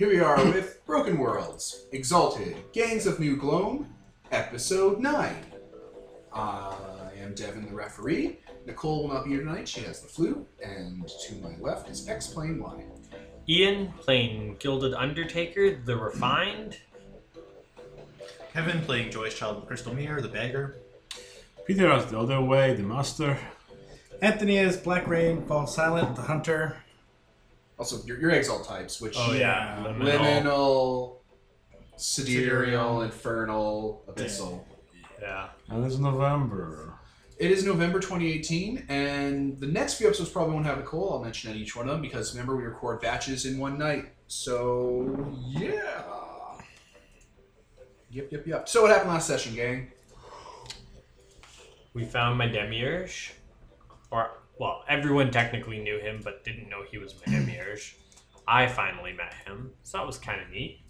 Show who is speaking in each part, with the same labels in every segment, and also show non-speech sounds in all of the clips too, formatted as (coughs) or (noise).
Speaker 1: we are with Broken Worlds, Exalted, Gangs of New Gloam, Episode 9. I am Devin the referee. Nicole will not be here tonight, she has the flu, and to my left is X Plane Y.
Speaker 2: Ian playing Gilded Undertaker, the Refined.
Speaker 3: Kevin playing Joyce Child and Crystal Mirror, the beggar.
Speaker 4: Peter has the other way, the master.
Speaker 5: Anthony is Black Rain, Fall Silent, the Hunter.
Speaker 1: Also, your, your Exalt types, which uh,
Speaker 5: Oh, yeah.
Speaker 1: Liminal, Sidereal, Infernal, Abyssal.
Speaker 2: Yeah.
Speaker 4: And it's November.
Speaker 1: It is November 2018, and the next few episodes probably won't have Nicole. I'll mention at each one of them because remember, we record batches in one night. So, yeah. Yep, yep, yep. So, what happened last session, gang?
Speaker 2: We found my Demiurge. Or, well, everyone technically knew him, but didn't know he was my Demiurge. I finally met him, so that was kind of neat.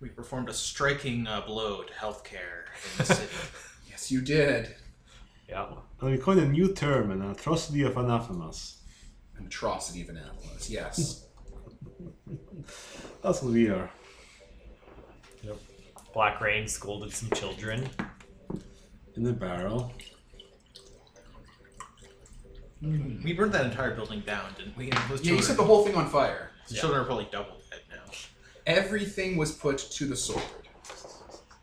Speaker 3: We performed a striking uh, blow to healthcare in the city.
Speaker 1: Yes, you did.
Speaker 2: Yeah.
Speaker 4: And we coined a new term, an atrocity of anathemas.
Speaker 1: An atrocity of anathemas. (laughs) Yes.
Speaker 4: That's what we are.
Speaker 2: Black Rain scolded some children.
Speaker 4: In the barrel.
Speaker 3: we burned that entire building down, didn't we? And Those
Speaker 1: yeah,
Speaker 3: children,
Speaker 1: you set the whole thing on fire.
Speaker 3: those children are probably double dead now.
Speaker 1: Everything was put to the sword.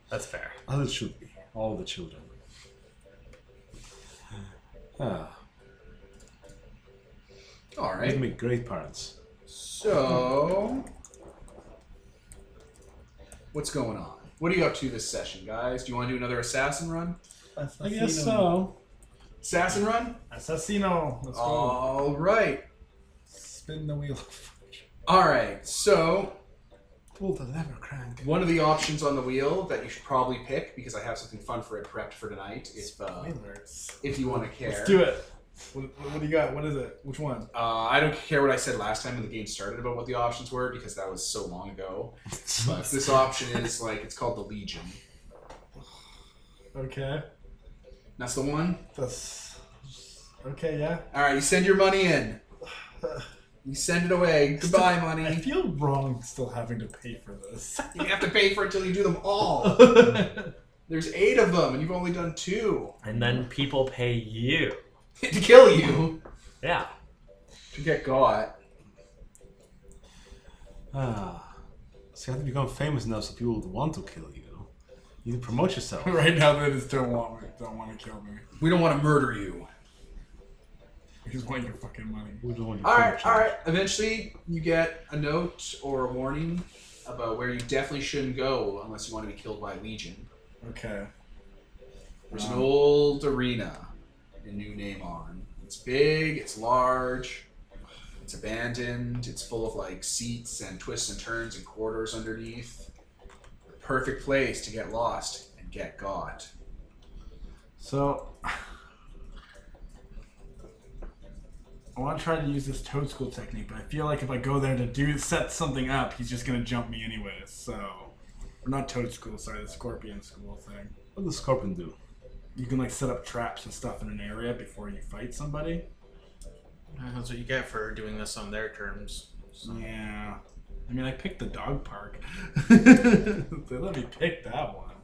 Speaker 2: That's fair.
Speaker 4: As it should be. All the children. Ah,
Speaker 1: All
Speaker 4: they
Speaker 1: right.
Speaker 4: make great parents.
Speaker 1: So, what's going on? What are you up to this session, guys? Do you want to do another assassin run?
Speaker 4: I guess so.
Speaker 1: Assassin run?
Speaker 5: Assassino. Let's go.
Speaker 1: All right.
Speaker 5: Spin the wheel. (laughs)
Speaker 1: All right. So,
Speaker 4: Pull the lever crank.
Speaker 1: one of the options on the wheel that you should probably pick because I have something fun for it prepped for tonight if uh,
Speaker 5: Let's
Speaker 1: if you want to care.
Speaker 5: do it. What, what, what do you got? What is it? Which one?
Speaker 1: Uh, I don't care what I said last time when the game started about what the options were because that was so long
Speaker 5: (laughs)
Speaker 1: ago. But this option is like it's called the Legion.
Speaker 5: Okay.
Speaker 1: That's the one.
Speaker 5: That's. Okay, yeah.
Speaker 1: All right, you send your money in. You send it away. Goodbye,
Speaker 5: I
Speaker 1: money.
Speaker 5: feel wrong still having to pay for this. (laughs)
Speaker 1: You have to pay for it till you do them all. There's eight of them, and you've only done two (laughs)
Speaker 2: And then people pay you.
Speaker 1: to kill you.
Speaker 2: Yeah.
Speaker 1: to get got.
Speaker 4: Ah. So you have to become famous enough so people would want to kill you. You need to promote yourself.
Speaker 5: (laughs) right now, they just don't want me. Don't want to kill me.
Speaker 1: We don't want to murder you.
Speaker 5: They just want your fucking money.
Speaker 4: We don't want you
Speaker 1: All right, all right. Eventually, you get a note or a warning about where you definitely shouldn't go unless you want to be killed by Legion.
Speaker 5: Okay.
Speaker 1: There's an
Speaker 5: Um.
Speaker 1: old arena, with a new name on. It's big. It's large. It's abandoned. It's full of like seats and twists and turns and corridors underneath. The perfect place to get lost and get got.
Speaker 5: So I want to try to use this toad school technique, but I feel like if I go there to do set something up, he's just gonna jump me anyway. So, or not toad school, sorry, the scorpion school thing.
Speaker 4: What does Scorpion do?
Speaker 5: You can like set up traps and stuff in an area before you fight somebody.
Speaker 3: Uh, That's what you get for doing this on their terms. So.
Speaker 5: Yeah, I mean I picked the dog park. (laughs) they let me pick that one.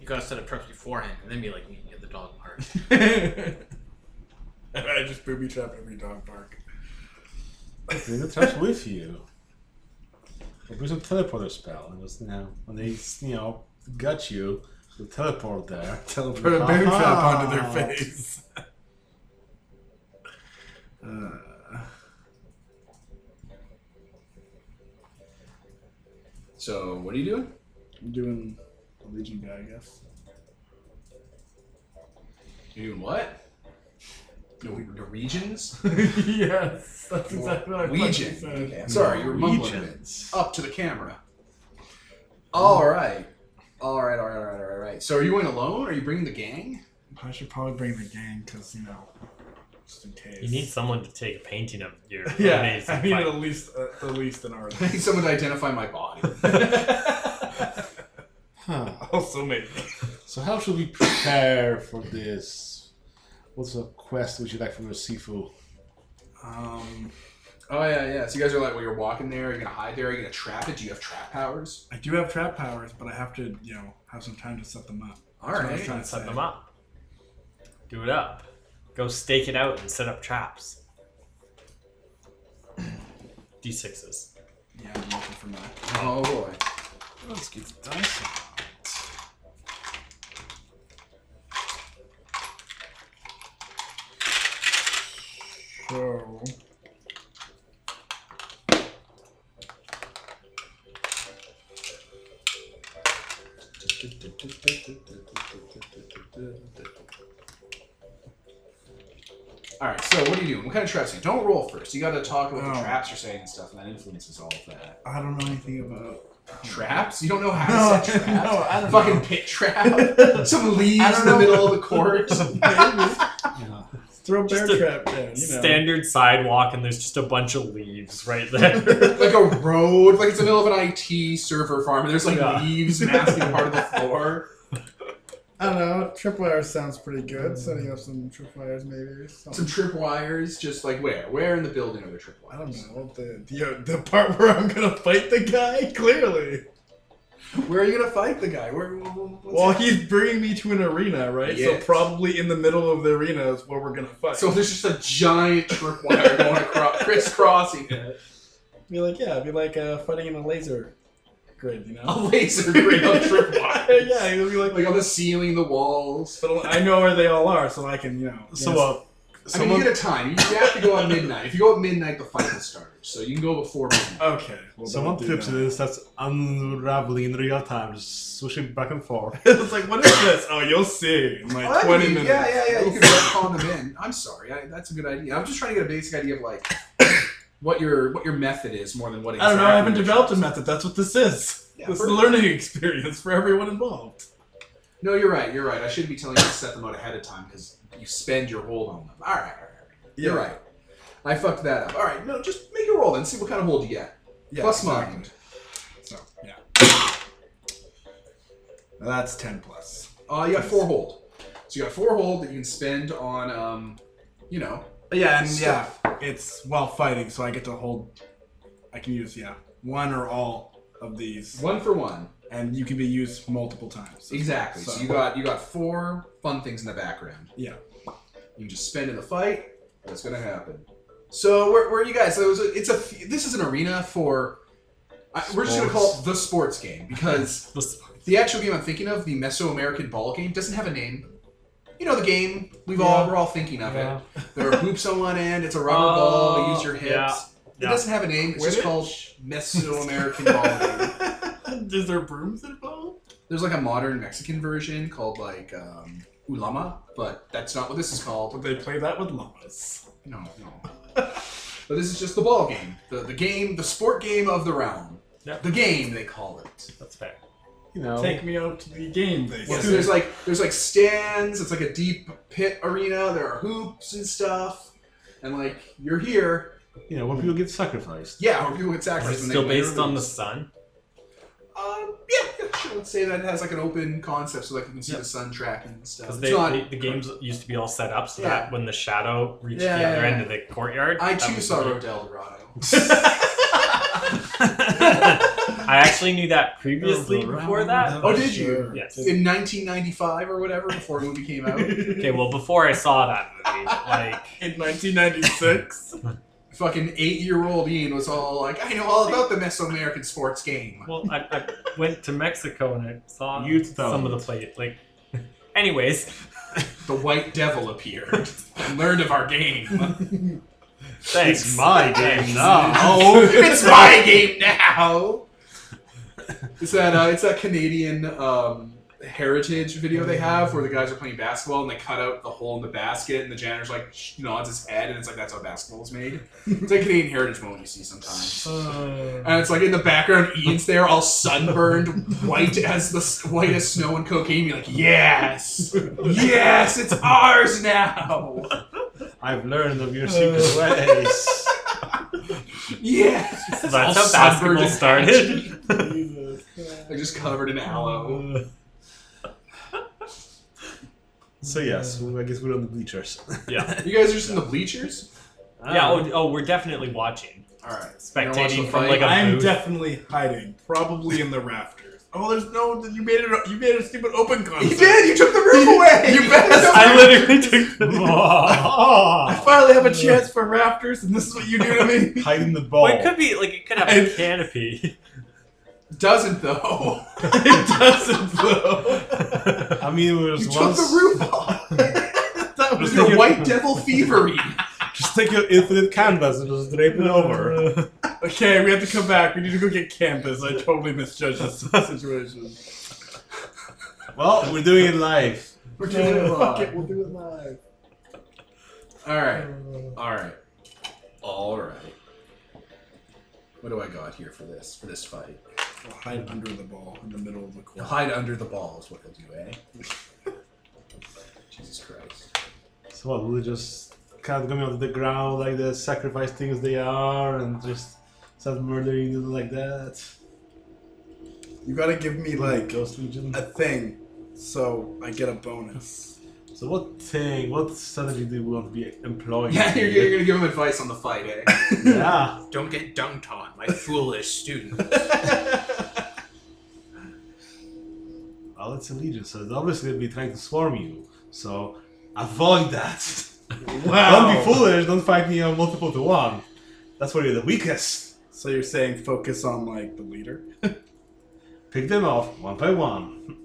Speaker 3: You gotta set up traps beforehand and then be like meeting at the dog park.
Speaker 5: (laughs) I just booby trap every dog park.
Speaker 4: They did touch (laughs) with you. Or do some teleporter spell and just you know when they you know gut you, you teleport there.
Speaker 5: Put a booby trap onto their face. uh,
Speaker 1: So, what are you doing?
Speaker 5: I'm doing the Legion guy, I guess.
Speaker 1: You're doing what? No, we- the regions?
Speaker 5: (laughs) yes, that's exactly what I fucking
Speaker 1: Legion. Okay,
Speaker 5: said.
Speaker 1: I'm sorry, you were mumbling a bit. Up to the camera. All right. All right, all right, all right, all right, all right. So are you going alone? Are you bringing the gang? (laughs)
Speaker 5: I should probably bring the gang because you know, just in case.
Speaker 2: You need someone to take a painting of your
Speaker 5: (laughs) yeah,
Speaker 2: amazing
Speaker 5: I need
Speaker 2: fight.
Speaker 5: at least uh, at least an
Speaker 1: I need
Speaker 5: artist.
Speaker 1: someone to identify my body.
Speaker 4: Huh.
Speaker 5: (laughs) also me.
Speaker 4: So how should we prepare for this? What's a quest would you like from your Sifu?
Speaker 5: Um,
Speaker 1: Oh yeah, yeah. So you guys are like, well, you're walking there. You're gonna hide there. You're gonna trap it. Do you have trap powers?
Speaker 5: I do have trap powers, but I have to, you know, have some time to set them up.
Speaker 1: All
Speaker 5: That's what I
Speaker 1: right.
Speaker 5: was trying to
Speaker 2: Set
Speaker 5: say.
Speaker 2: them up. Do it up. Go stake it out and set up traps. (clears throat) D6s.
Speaker 5: Yeah, I'm looking for my.
Speaker 1: Oh boy.
Speaker 4: Let's get the dice out.
Speaker 5: So,
Speaker 1: All right. So what are you doing? What kind of traps? Are you? Don't roll first. You got to talk about the
Speaker 5: Oh.
Speaker 1: traps you're saying and stuff, and that influences all of that.
Speaker 5: I don't know anything about.
Speaker 1: Hmm. Traps? You don't know how to set traps?
Speaker 5: (laughs) no, I don't
Speaker 1: Fucking
Speaker 5: know.
Speaker 1: pit (laughs) trap. Some leaves in the
Speaker 5: know.
Speaker 1: middle of the (laughs) course.
Speaker 4: Yeah.
Speaker 5: Throw bear
Speaker 2: Just a
Speaker 5: trap down, you know.
Speaker 2: Standard sidewalk, and there's just a bunch of leaves
Speaker 1: (laughs)
Speaker 2: right there.
Speaker 1: like a road, like it's the middle of an IT server farm, and there's like
Speaker 2: Yeah.
Speaker 1: leaves masking part of (laughs) the floor.
Speaker 5: I don't know. Tripwire sounds pretty good. Setting up some tripwires, maybe. or
Speaker 1: Some
Speaker 5: Something.
Speaker 1: tripwires, just like where? Where in the building are the
Speaker 5: I don't
Speaker 1: tripwires?
Speaker 5: know the, the uh, the part (laughs) where I'm gonna fight the guy. Clearly,
Speaker 1: Where are you gonna fight the guy? Where? wh- wh- what's
Speaker 5: well,
Speaker 1: that?
Speaker 5: he's bringing me to an arena, right?
Speaker 1: Yes.
Speaker 5: So probably in the middle of the arena is where we're gonna fight.
Speaker 1: So there's just a giant tripwire going across, crisscrossing it.
Speaker 5: be like, yeah, be like uh, fighting in a laser grid, you
Speaker 1: A
Speaker 5: (laughs) know?
Speaker 1: laser grid on (laughs) tripwires.
Speaker 5: (laughs) yeah, it'll be like,
Speaker 1: Like on the ceiling, the walls.
Speaker 5: but I know where they all are, so I can, you know.
Speaker 2: so,
Speaker 5: yes.
Speaker 2: uh,
Speaker 1: I mean,
Speaker 2: someone
Speaker 1: you get a time. You have to go at midnight. If you go at midnight, the fight will start. So you can go before midnight.
Speaker 5: Okay. Well,
Speaker 4: Someone
Speaker 5: do
Speaker 4: flips it
Speaker 5: that.
Speaker 4: and starts unraveling in real time, just swishing back and forth.
Speaker 5: (laughs) it's like, what is this? Oh, you'll see. In like
Speaker 1: Oh, that'd
Speaker 5: 20
Speaker 1: be-
Speaker 5: minutes.
Speaker 1: Yeah, yeah, yeah. You can start calling them in. I'm sorry. I, that's a good idea. I'm just trying to get a basic idea of like what your what your method is more than what.
Speaker 5: I don't know. I haven't
Speaker 1: exactly
Speaker 5: developed a
Speaker 1: your-
Speaker 5: method. That's what this is.
Speaker 1: Yeah,
Speaker 5: this is
Speaker 1: for-
Speaker 5: a learning experience for everyone involved.
Speaker 1: No, you're right. You're right. I should be telling you to set them out ahead of time because you spend your hold on them. All right, all right, all right. You're
Speaker 5: Yeah.
Speaker 1: right. I fucked that up. All right, no, just make a roll and see what kind of hold you get.
Speaker 5: Yeah,
Speaker 1: Plus
Speaker 5: exactly.
Speaker 1: mind.
Speaker 5: So, yeah. That's 10 plus.
Speaker 1: Uh, you got four hold. So you got four hold that you can spend on, um, you know,
Speaker 5: Yeah, and
Speaker 1: Stuff.
Speaker 5: yeah, it's while fighting, so I get to hold. I can use yeah one or all of these,
Speaker 1: one for one.
Speaker 5: and you can be used multiple times.
Speaker 1: Exactly. So,
Speaker 5: So-
Speaker 1: you got you got four fun things in the background.
Speaker 5: Yeah.
Speaker 1: You can just spend in the fight. That's gonna happen. So where, where are you guys? So it was a, it's a f- this is an arena for. I, we're just gonna call it the sports game because
Speaker 2: was
Speaker 1: the actual game I'm thinking of, the Mesoamerican ball game, doesn't have a name. You know the game we've all
Speaker 2: Yeah.
Speaker 1: we're all thinking of
Speaker 2: Yeah.
Speaker 1: it. There are hoops on one end. It's a rubber ball. You use
Speaker 5: Oh,
Speaker 1: your hips.
Speaker 2: yeah,
Speaker 1: It
Speaker 2: yeah.
Speaker 1: doesn't have a name. It's just
Speaker 5: Quidditch?
Speaker 1: called Mesoamerican ball game.
Speaker 5: (laughs) Is there brooms involved?
Speaker 1: There's like a modern Mexican version called like um, Ulama, but that's not what this is
Speaker 5: Would
Speaker 1: called.
Speaker 5: they play that with llamas?
Speaker 1: No, no. but this is just the ball game, the the game, the sport game of the realm.
Speaker 2: Yeah.
Speaker 1: The game they call it.
Speaker 2: That's fair.
Speaker 4: You know,
Speaker 5: Take me out to the game, they
Speaker 1: Yeah, so
Speaker 5: say.
Speaker 1: there's like there's like stands. It's like a deep pit arena. There are hoops and stuff, and like you're here.
Speaker 4: you know, when people get sacrificed.
Speaker 1: Yeah, where people get
Speaker 2: Is it
Speaker 1: sacrificed. when they
Speaker 2: still
Speaker 1: win or
Speaker 2: based on the
Speaker 1: lose.
Speaker 2: sun?
Speaker 1: Um, yeah, yeah, sure. Let's say that it has like an open concept, so like you can see
Speaker 2: Yeah.
Speaker 1: the sun tracking and stuff.
Speaker 2: Because
Speaker 1: It's
Speaker 2: they,
Speaker 1: not-
Speaker 2: they- the games used to be all set up so
Speaker 1: Yeah.
Speaker 2: that when the shadow reached
Speaker 1: Yeah,
Speaker 2: the
Speaker 1: yeah,
Speaker 2: other
Speaker 1: yeah.
Speaker 2: end of the courtyard,
Speaker 1: I
Speaker 2: that
Speaker 1: too
Speaker 2: was
Speaker 1: saw
Speaker 2: the-
Speaker 1: Road to El Dorado.
Speaker 2: (laughs) I actually knew that previously before that.
Speaker 1: Oh, did you?
Speaker 5: Sure.
Speaker 2: Yes.
Speaker 1: in 1995 or whatever before the movie
Speaker 2: (laughs)
Speaker 1: came out.
Speaker 2: Okay, well, before I saw that movie, like,
Speaker 5: In 1996.
Speaker 1: fucking eight-year-old Ian was all like, "I know all about the Mesoamerican sports game."
Speaker 2: well, I, I went to Mexico and I saw
Speaker 4: You
Speaker 2: some of the play. Like, anyways,
Speaker 1: The White Devil appeared and learned of our game.
Speaker 2: thanks.
Speaker 4: It's my game now.
Speaker 1: oh, it's
Speaker 2: (laughs)
Speaker 1: my game now. It's that uh, it's that Canadian um, heritage video they have where the guys are playing basketball and they cut out the hole in the basket and the janitor's like sh- nods his head and it's like that's how basketball's made. It's like Canadian heritage moment you see sometimes.
Speaker 2: Uh,
Speaker 1: And it's like in the background, Ian's there, all sunburned, white as the s- white as snow and cocaine. You're like, yes, yes, it's ours now.
Speaker 4: I've learned of
Speaker 5: Uh.
Speaker 4: your
Speaker 5: (laughs)
Speaker 4: secret ways.
Speaker 1: Yes,
Speaker 2: So
Speaker 1: all
Speaker 2: that's how
Speaker 1: sunburned
Speaker 2: basketball
Speaker 1: and (laughs)
Speaker 2: started.
Speaker 5: Jesus.
Speaker 1: like just covered in aloe.
Speaker 4: So yes, well, I guess we're on the bleachers.
Speaker 2: yeah.
Speaker 1: You guys are just in the bleachers.
Speaker 2: Yeah. Oh, oh, we're definitely watching.
Speaker 6: All right.
Speaker 2: spectating
Speaker 6: the
Speaker 2: from like
Speaker 6: fight?
Speaker 2: a
Speaker 5: I'm
Speaker 2: booth.
Speaker 5: definitely hiding, probably in the rafters. Oh, there's no. You made it. You made a stupid open concert.
Speaker 6: He did. You took
Speaker 2: (laughs)
Speaker 6: the roof away. You bastard.
Speaker 2: I literally (laughs) took the
Speaker 5: I
Speaker 2: ball.
Speaker 5: finally have a chance for rafters, and this is what you do to me.
Speaker 4: (laughs) Hiding the ball.
Speaker 2: Well, it
Speaker 5: (laughs)
Speaker 2: could be like it could have a canopy.
Speaker 6: doesn't though.
Speaker 5: it doesn't blow.
Speaker 4: (laughs) I mean, it was
Speaker 6: You took
Speaker 4: once.
Speaker 6: the roof (laughs) off.
Speaker 5: That was
Speaker 6: It was
Speaker 4: Just
Speaker 6: the
Speaker 4: think it-
Speaker 6: white devil fevery.
Speaker 4: Just take your infinite canvas and just drape it over.
Speaker 5: (laughs) Okay, we have to come back. We need to go get campus. I totally misjudged this (laughs) situation.
Speaker 4: Well, we're doing it live.
Speaker 6: (laughs) We're doing it
Speaker 5: Fuck it,
Speaker 6: live.
Speaker 5: we'll do it live.
Speaker 6: All right. All right. All right. What do I got here for this for this fight?
Speaker 5: I'll hide under the ball in the middle of the
Speaker 6: He'll
Speaker 5: court.
Speaker 6: hide under the ball is what he'll do, eh? (laughs) Jesus Christ.
Speaker 4: So what? We just kind of coming onto the ground like the sacrifice things they are, and just start murdering you like that.
Speaker 5: You gotta give me like
Speaker 4: Ghost Legion.
Speaker 5: a thing, so I get a bonus.
Speaker 4: So what thing? What strategy do we want to be employing?
Speaker 5: (laughs)
Speaker 6: Yeah, you're,
Speaker 4: here? (laughs)
Speaker 6: you're gonna give him advice on the fight, eh?
Speaker 4: Yeah.
Speaker 3: Don't get dunked on, my foolish student.
Speaker 4: Well, it's a legion, so they'll obviously be trying to swarm you. So avoid that. (laughs) Don't be foolish. Don't fight me on multiple to one. That's where you're the weakest.
Speaker 5: So you're saying focus on like the leader?
Speaker 4: Pick them off one by one.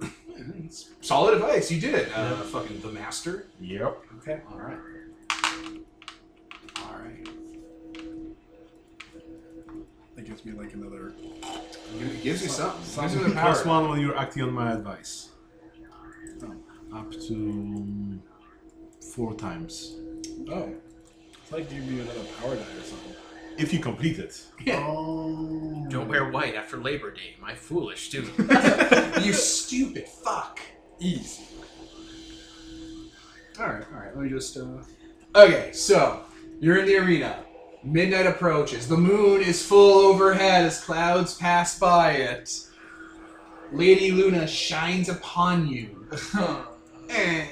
Speaker 6: It's Solid advice. You did it. Uh, Fucking the master.
Speaker 4: Yep.
Speaker 6: Okay. All right. All right.
Speaker 5: That gives me like another.
Speaker 6: It gives you something. It gives you
Speaker 4: Plus
Speaker 6: the power.
Speaker 4: one when you're acting on my advice.
Speaker 5: Oh.
Speaker 4: Up to four times.
Speaker 5: Oh, it's like giving me another power die or something.
Speaker 4: If you complete it.
Speaker 6: Yeah.
Speaker 5: Oh.
Speaker 3: Don't wear white after Labor Day, my foolish student.
Speaker 5: (laughs)
Speaker 6: you stupid fuck.
Speaker 5: Easy.
Speaker 6: All right, all right. Let me just. Uh... Okay, so you're in the arena. Midnight approaches. The moon is full overhead as clouds pass by it. Lady Luna shines upon you. Eh.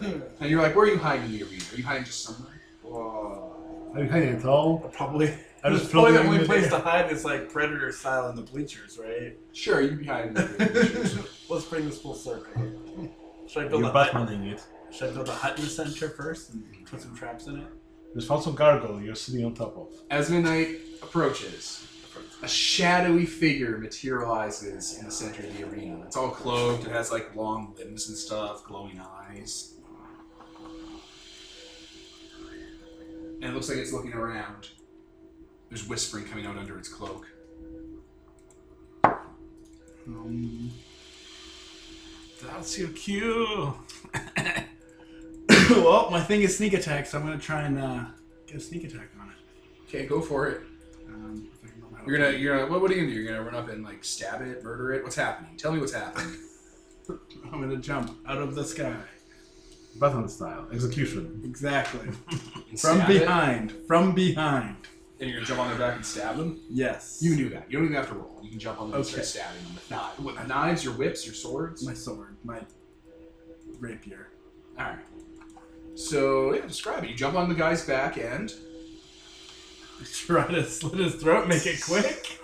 Speaker 6: and you're like, where are you hiding in the arena? Are you hiding just somewhere?
Speaker 4: Are you hiding at all?
Speaker 5: (laughs) Probably.
Speaker 4: I
Speaker 5: It's
Speaker 4: just
Speaker 5: probably
Speaker 4: floated
Speaker 5: the only
Speaker 4: in
Speaker 5: place to
Speaker 4: midair.
Speaker 5: hide is like predator style in the bleachers, right?
Speaker 6: Sure, you can be hiding in the arena.
Speaker 5: (laughs) Let's bring this full circle. Should I build
Speaker 4: You're
Speaker 5: a hut?
Speaker 4: Batmaning it.
Speaker 5: Should I build a hut in the center first and put some traps in it?
Speaker 4: There's also gargoyle you're sitting on top of.
Speaker 6: As midnight approaches, a shadowy figure materializes in the center of the arena. It's all clothed, it has like long limbs and stuff, glowing eyes. And it looks like it's looking around. There's whispering coming out under its cloak.
Speaker 5: Um,
Speaker 4: That's your cue.
Speaker 5: (coughs) well, my thing is sneak attack, so I'm gonna try and uh, get a sneak attack on it.
Speaker 6: Okay, go for it.
Speaker 5: Um, if I can remember how to
Speaker 6: You're gonna,
Speaker 5: play.
Speaker 6: you're gonna, what, what are you gonna do? You're gonna run up and like stab it, murder it? What's happening? Tell me what's happening.
Speaker 5: I'm gonna jump out of the sky.
Speaker 4: Batman style. Execution.
Speaker 5: Exactly.
Speaker 6: (laughs) And
Speaker 5: From
Speaker 6: stab it,
Speaker 5: behind. From behind.
Speaker 6: and you're gonna jump on their back and stab them?
Speaker 5: Yes.
Speaker 6: You knew that. You don't even have to roll. You can jump on them and start
Speaker 5: Okay.
Speaker 6: stabbing them with, knives, Uh, with knives, your whips, your swords.
Speaker 5: my sword, my rapier.
Speaker 6: All right. So yeah, describe it. You jump on the guy's back and
Speaker 5: Try to slit his throat, make it quick.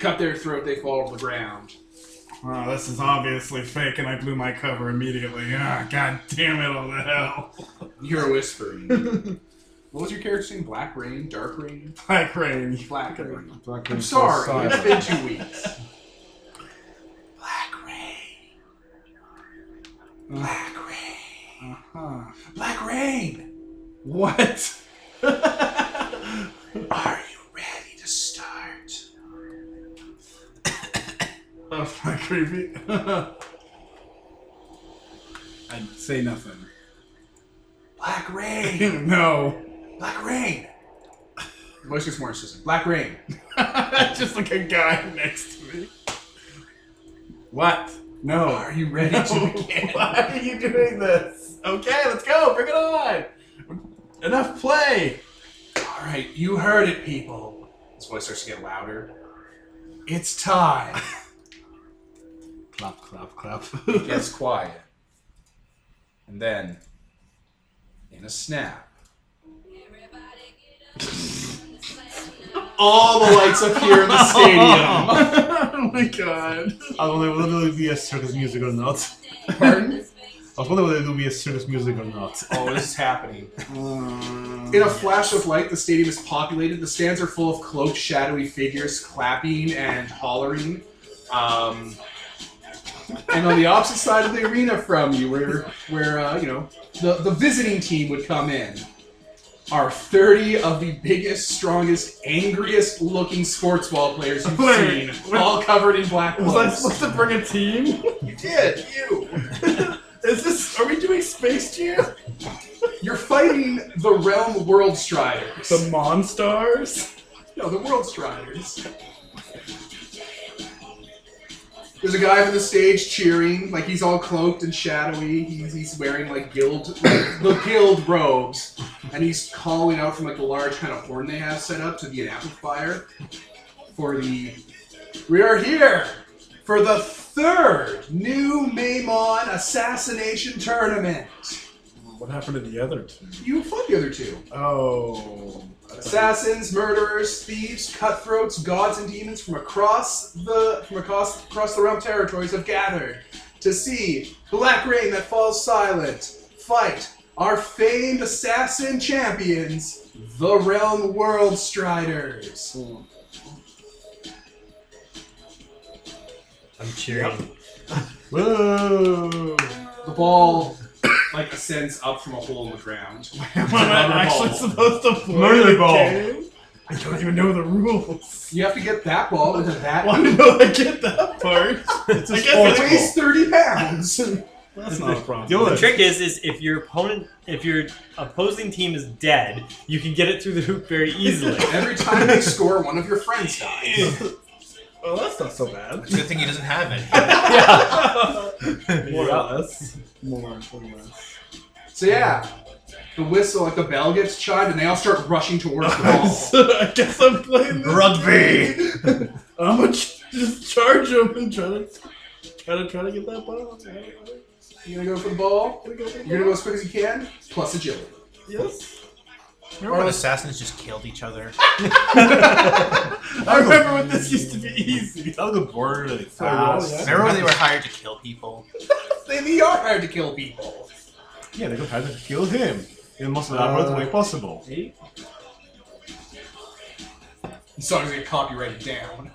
Speaker 6: cut their throat. They fall to the ground.
Speaker 5: Oh, this is obviously fake, and I blew my cover immediately. Ah, god damn it, all the hell.
Speaker 6: You hear a whispering. what was your character's name? Black Rain, Dark Rain,
Speaker 5: Black Rain. you
Speaker 6: Black
Speaker 5: fucking-
Speaker 6: Rain.
Speaker 4: Black
Speaker 6: I'm
Speaker 4: Rain's
Speaker 6: sorry,
Speaker 4: style.
Speaker 6: it's
Speaker 5: (laughs)
Speaker 6: been two weeks. Black Rain,
Speaker 5: Uh
Speaker 6: Black Rain,
Speaker 5: huh.
Speaker 6: Black Rain.
Speaker 5: What?
Speaker 6: (laughs) Are you ready to (coughs) start? Oh,
Speaker 5: That's not creepy. I'd say nothing. (laughs)
Speaker 6: Black Rain,
Speaker 5: no.
Speaker 6: Black Rain. (laughs) The voice gets more insistent. Black Rain.
Speaker 5: Just like a guy next to me. What? No.
Speaker 6: Are you ready to begin?
Speaker 5: (laughs) Why are you doing this? Okay, let's go. Bring it on. Enough play.
Speaker 6: All right, you heard it, people. His voice starts to get louder. It's time.
Speaker 4: Clap, clap,
Speaker 5: (laughs)
Speaker 4: clap.
Speaker 6: It gets quiet. And then, in a snap, all the lights up here in the
Speaker 5: (laughs)
Speaker 6: stadium.
Speaker 5: oh my god.
Speaker 4: I don't know whether it'll be a circus music or not.
Speaker 5: (laughs)
Speaker 6: Pardon?
Speaker 4: I was wondering whether it'll be a circus music or not.
Speaker 1: Oh, this is happening.
Speaker 6: In a flash of light, the stadium is populated. The stands are full of cloaked, shadowy figures clapping and hollering. Um, and on the opposite side of the arena from you, where where uh, you know the the visiting team would come in, are thirty of the biggest, strongest, angriest looking sports ball players you've
Speaker 5: Wait,
Speaker 6: seen,
Speaker 5: wait.
Speaker 6: all covered in
Speaker 5: (laughs)
Speaker 6: black
Speaker 5: Was I
Speaker 6: clothes.
Speaker 5: supposed to bring a team? (laughs)
Speaker 6: You did you.
Speaker 5: Is this? Are we doing Space Jam?
Speaker 6: You're fighting the realm world striders.
Speaker 5: The Monstars?
Speaker 6: No, the World Striders. There's a guy on the stage cheering, like he's all cloaked and shadowy. He's, he's wearing like guild, like, the guild robes, and he's calling out from like the large kind of horn they have set up to be an amplifier for the. We are here for the third new Maimon assassination tournament.
Speaker 5: What happened to the other two?
Speaker 6: You fought the other two.
Speaker 5: Oh. that's-
Speaker 6: assassins, murderers, thieves, cutthroats, gods, and demons from across the from across across the realm territories have gathered to see black rain that falls silent fight our famed assassin champions, the realm world striders.
Speaker 2: I'm cheering.
Speaker 4: Whoa!
Speaker 6: The ball like ascends up from a hole in the ground.
Speaker 5: Am I actually supposed to play
Speaker 4: Murder
Speaker 5: the
Speaker 4: ball.
Speaker 5: game? I don't even know the rules.
Speaker 6: You have to get that ball into that.
Speaker 5: Why did (laughs) I get that part?
Speaker 4: It's a
Speaker 5: I guess
Speaker 6: It
Speaker 4: sports
Speaker 5: it's-
Speaker 6: weighs
Speaker 4: ball.
Speaker 6: thirty pounds.
Speaker 5: That's not a problem.
Speaker 4: The
Speaker 2: The
Speaker 4: other-
Speaker 2: trick is, is if your opponent, if your opposing team is dead, you can get it through the hoop very easily.
Speaker 6: Every time they score, one of your friends dies.
Speaker 5: Well, that's not so bad.
Speaker 3: It's a good thing he doesn't have any.
Speaker 5: More or less. More or less. (laughs)
Speaker 6: So yeah, the whistle, like the bell gets chimed, and they all start rushing towards the ball.
Speaker 5: I guess I'm playing this.
Speaker 3: (laughs) Rugby!
Speaker 5: I'm gonna ch- just charge him and try to try to try to get that ball.
Speaker 6: You gonna go for the ball? You're gonna go as quick as you can, plus agility.
Speaker 5: Yes.
Speaker 3: Remember when assassins just killed each other?
Speaker 5: I remember when this used to be easy.
Speaker 4: That was a word. Like,
Speaker 5: yeah.
Speaker 3: Remember when they were hired to kill people?
Speaker 6: They, they are hard to kill people.
Speaker 4: yeah, they could have to kill him in the most elaborate
Speaker 5: Uh,
Speaker 4: way possible.
Speaker 6: The song's gonna get copyrighted down.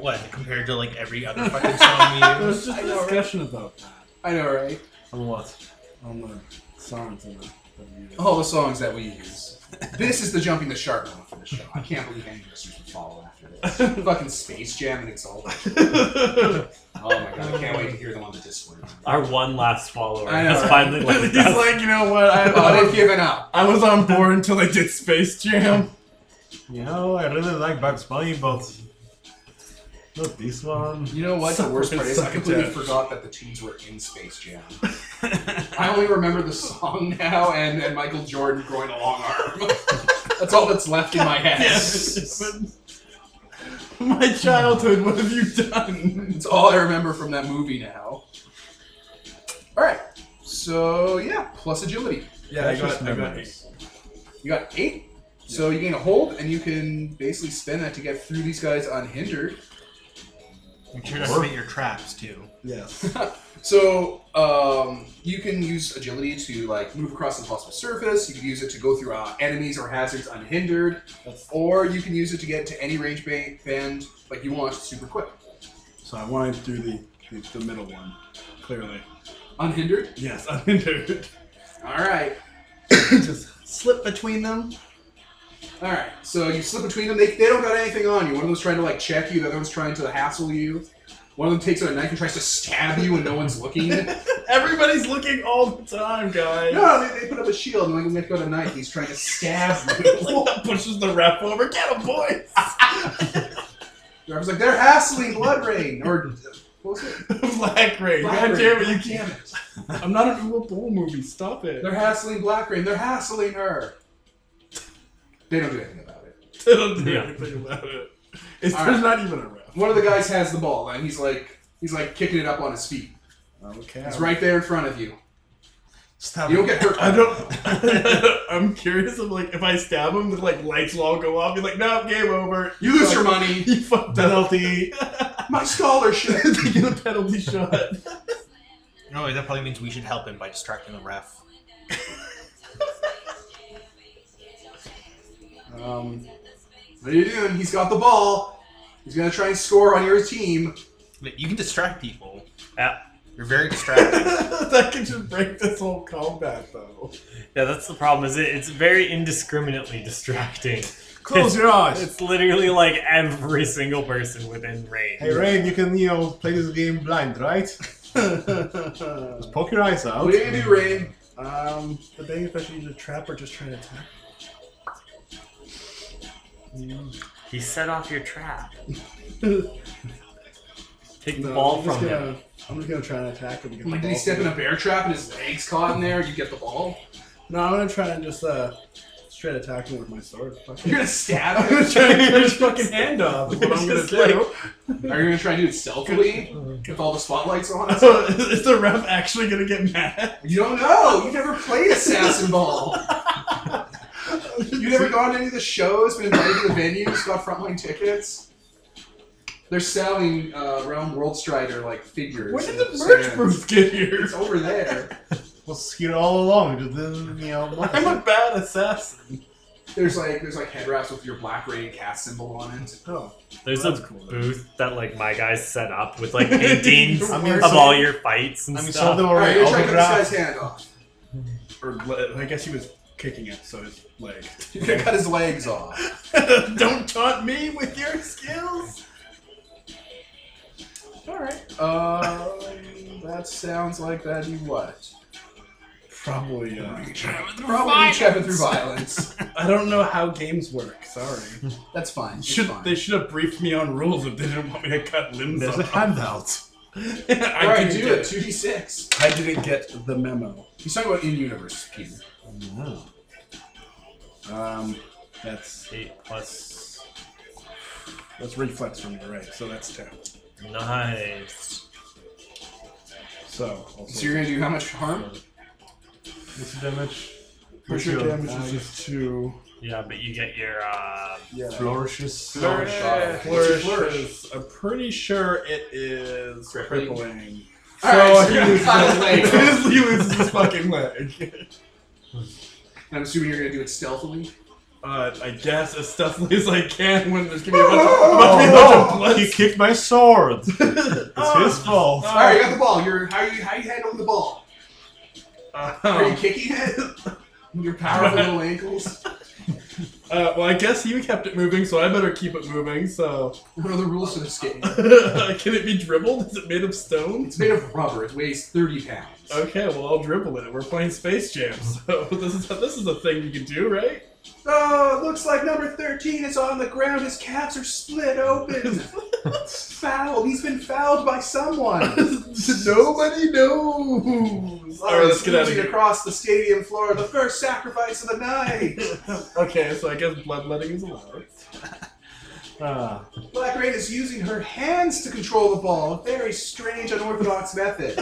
Speaker 3: What, compared to like every other fucking song
Speaker 5: There
Speaker 3: we use?
Speaker 5: was just a discussion about that
Speaker 6: I know, right?
Speaker 4: On what?
Speaker 5: on the songs and the. the
Speaker 6: All Oh, the songs that we use. This is the jumping the shark one for the show. I can't believe any listeners would follow after this. Fucking Space Jam and it's all.
Speaker 5: (laughs)
Speaker 6: Oh my god, I can't wait to hear them on the Discord.
Speaker 2: Our one last follower
Speaker 6: I know,
Speaker 2: has
Speaker 6: right?
Speaker 2: finally
Speaker 5: (laughs)
Speaker 4: (laughs)
Speaker 5: He's
Speaker 2: left us.
Speaker 5: like, you know what? I,
Speaker 6: Oh, they've
Speaker 5: I,
Speaker 6: given up.
Speaker 5: (laughs) I was on board until they did Space Jam.
Speaker 4: You know, I really like Bugs Bunny, but not this one.
Speaker 6: You know what? The worst part is I
Speaker 5: Suck it
Speaker 6: completely
Speaker 5: down.
Speaker 6: forgot that the tunes were in Space Jam. I only remember the song now and, and Michael Jordan growing a long arm. (laughs) that's all that's left in my head.
Speaker 5: My childhood, what have you done?
Speaker 6: It's all I remember from that movie now. All right. So yeah, plus agility.
Speaker 5: Yeah, I
Speaker 4: Precious
Speaker 5: got, I got eight.
Speaker 4: memories.
Speaker 6: You got eight. So you gain a hold, and you can basically spend that to get through these guys unhindered.
Speaker 3: Make sure not to hit your traps too.
Speaker 5: Yes.
Speaker 6: So um, you can use agility to like move across an impossible surface. You can use it to go through uh, enemies or hazards unhindered, or you can use it to get to any range ba- band like you want super quick,
Speaker 5: So I wanted to do the, the, the middle one, clearly.
Speaker 6: unhindered.
Speaker 5: Yes, (laughs) I'm into it.
Speaker 6: All right,
Speaker 5: (coughs) Just slip between them.
Speaker 6: all right. So you slip between them. They, they don't got anything on you. One of them's trying to like check you. The other one's trying to hassle you. One of them takes out a knife and tries to stab you when no one's
Speaker 5: (laughs)
Speaker 6: looking. no,
Speaker 5: Everybody's looking all the time, guys.
Speaker 6: they, they put up a shield and like they've got a knife. He's trying to stab you.
Speaker 5: (laughs) Like that pushes the ref over. Get him, (laughs) boys.
Speaker 6: I was like, they're hassling Blood Rain or what was it?
Speaker 5: Black Ray. (laughs) God
Speaker 6: Black
Speaker 5: damn
Speaker 6: Rain.
Speaker 5: it, you can't. I'm not an Uwe Boll movie. Stop it.
Speaker 6: They're hassling Black Rain. They're hassling her. They don't do anything about it.
Speaker 5: They don't do
Speaker 2: Yeah.
Speaker 5: anything about it. It's,
Speaker 6: All
Speaker 5: there's not even a ref.
Speaker 6: One of the guys has the ball and he's like, he's like kicking it up on his feet.
Speaker 5: Okay.
Speaker 6: It's right there in front of you.
Speaker 4: Stab
Speaker 6: You'll
Speaker 4: him.
Speaker 6: get hurt.
Speaker 5: I don't. (laughs) I'm curious. I'm like, if I stab him, the like lights will all go off. Be like, no, game over.
Speaker 6: You lose your money.
Speaker 5: You fucked up. (laughs)
Speaker 4: Penalty.
Speaker 6: My scholarship.
Speaker 5: they get a penalty shot.
Speaker 3: No, that probably means we should help him by distracting the ref.
Speaker 6: Um, what are you doing? He's got the ball. He's gonna try and score on your team.
Speaker 3: But You can distract people.
Speaker 2: Yeah.
Speaker 3: You're very distracting.
Speaker 5: (laughs) that could just break this whole combat, though.
Speaker 2: Yeah, that's the problem. Is it? It's very indiscriminately distracting.
Speaker 5: Close your eyes.
Speaker 2: It's literally like every single person within range.
Speaker 4: Hey, Rain, you can, you know, play this game blind, right?
Speaker 5: um,
Speaker 4: Poke your eyes out.
Speaker 6: What are you gonna do, Rain?
Speaker 5: but then if I should use a trap or just try to attack.
Speaker 2: He set off your trap. Take the
Speaker 5: No,
Speaker 2: ball
Speaker 5: I'm just
Speaker 2: from
Speaker 5: gonna,
Speaker 2: him.
Speaker 5: I'm just gonna try and attack him. and get the
Speaker 6: Like, did he
Speaker 5: ball
Speaker 6: step
Speaker 5: from
Speaker 6: in a
Speaker 5: him.
Speaker 6: bear trap and his legs caught in there? You get the ball.
Speaker 5: No, I'm gonna try and just uh, straight attack him with my sword. Fuck (laughs)
Speaker 6: You're
Speaker 5: it.
Speaker 6: gonna stab
Speaker 5: I'm gonna (laughs)
Speaker 6: him.
Speaker 5: try and
Speaker 2: (laughs)
Speaker 5: cut his fucking hand off. is What I'm gonna
Speaker 2: Just
Speaker 5: do.
Speaker 6: Are you gonna try and do it stealthily with all the spotlights on?
Speaker 5: So, (laughs) is the ref actually gonna get mad?
Speaker 6: You don't know. You've never played assassin ball. You've never gone to any of the shows, been invited to the venues, got frontline tickets. They're selling uh, Realm World Strider like figures.
Speaker 5: When did
Speaker 6: and
Speaker 5: the merch
Speaker 6: stands.
Speaker 5: booth get here? (laughs)
Speaker 6: It's over there.
Speaker 4: Was here all along. Just didn't, you know,
Speaker 5: I'm a bad assassin.
Speaker 6: There's like there's like head wraps with your black rain cast symbol on it.
Speaker 5: Oh,
Speaker 2: There's
Speaker 5: Well,
Speaker 2: a
Speaker 5: that's cool, though.
Speaker 2: booth that like my guys set up with like paintings
Speaker 5: (laughs)
Speaker 4: I mean,
Speaker 2: of
Speaker 4: some-
Speaker 2: all your fights and
Speaker 4: I mean, some
Speaker 2: stuff.
Speaker 4: of them
Speaker 6: All
Speaker 4: are like
Speaker 6: right, you're trying to cut this guy's
Speaker 4: autographed.
Speaker 6: hand off.
Speaker 5: or le- I guess he was kicking it, so his leg.
Speaker 6: (laughs) You're gonna cut his legs off.
Speaker 5: (laughs) Don't taunt me with your skills. All right.
Speaker 6: Um, that sounds like that'd be what?
Speaker 5: Probably. Uh,
Speaker 6: Probably reach heaven through violence.
Speaker 5: I don't know how games work. Sorry. (laughs)
Speaker 6: That's fine. It's
Speaker 5: Should
Speaker 6: fine.
Speaker 5: they should have briefed me on rules if they didn't want me to cut limbs
Speaker 4: There's
Speaker 5: off?
Speaker 4: a handout.
Speaker 5: I
Speaker 6: All right,
Speaker 5: didn't
Speaker 6: do
Speaker 5: get
Speaker 6: it. Two d six.
Speaker 5: I didn't get the memo.
Speaker 6: He's talking about in universe, Peter.
Speaker 4: No.
Speaker 5: Um, that's
Speaker 2: Eight plus
Speaker 5: that's reflex from you, right? So that's ten.
Speaker 2: nice.
Speaker 5: So also,
Speaker 6: So you're gonna do how much harm?
Speaker 4: This damage.
Speaker 5: pressure
Speaker 4: Material
Speaker 5: damage is
Speaker 4: value.
Speaker 5: just two.
Speaker 2: Yeah, but you get your uh,
Speaker 5: Yeah.
Speaker 4: Flourishes.
Speaker 6: Flourish. Shot.
Speaker 5: Flourish.
Speaker 6: Flourish.
Speaker 5: is- I'm pretty sure it is
Speaker 6: Crippling.
Speaker 5: crippling.
Speaker 6: All
Speaker 5: So
Speaker 6: right, so
Speaker 5: (laughs)
Speaker 6: you're
Speaker 5: he
Speaker 6: gonna cut his leg
Speaker 5: loses-
Speaker 6: (laughs)
Speaker 5: (laughs)
Speaker 6: off.
Speaker 5: he loses his fucking leg.
Speaker 6: And I'm assuming you're gonna do it stealthily.
Speaker 5: Uh, I guess as stealthily as I can when there's gonna be a bunch of, bunch of- bunch of blood
Speaker 4: Oh, he kicked my
Speaker 5: (laughs)
Speaker 4: sword. it's
Speaker 5: Oh.
Speaker 4: his fault.
Speaker 6: All right, you got the ball. You're how you how you handling the ball? Are you
Speaker 5: Um,
Speaker 6: kicking it? (laughs) With your powerful little ankles.
Speaker 5: uh, well, I guess you kept it moving, so I better keep it moving. So,
Speaker 6: What are the rules to this game?
Speaker 5: (laughs) can it be dribbled? Is it made of stone?
Speaker 6: It's made of rubber. It weighs 30 pounds.
Speaker 5: Okay, well I'll dribble it. We're playing Space Jam, (laughs) so this is this is a thing you can do, right?
Speaker 6: Oh, it looks like number 13 is on the ground. His calves are split (laughs) open. Fouled. He's been fouled by someone.
Speaker 5: (laughs) Nobody knows. All right, let's get out of
Speaker 6: Oozing
Speaker 5: here.
Speaker 6: across the stadium floor. The first sacrifice of the night.
Speaker 5: Okay, so I guess bloodletting is allowed.
Speaker 4: Ah.
Speaker 6: Black Rain is using her hands to control the ball. A very strange, unorthodox method.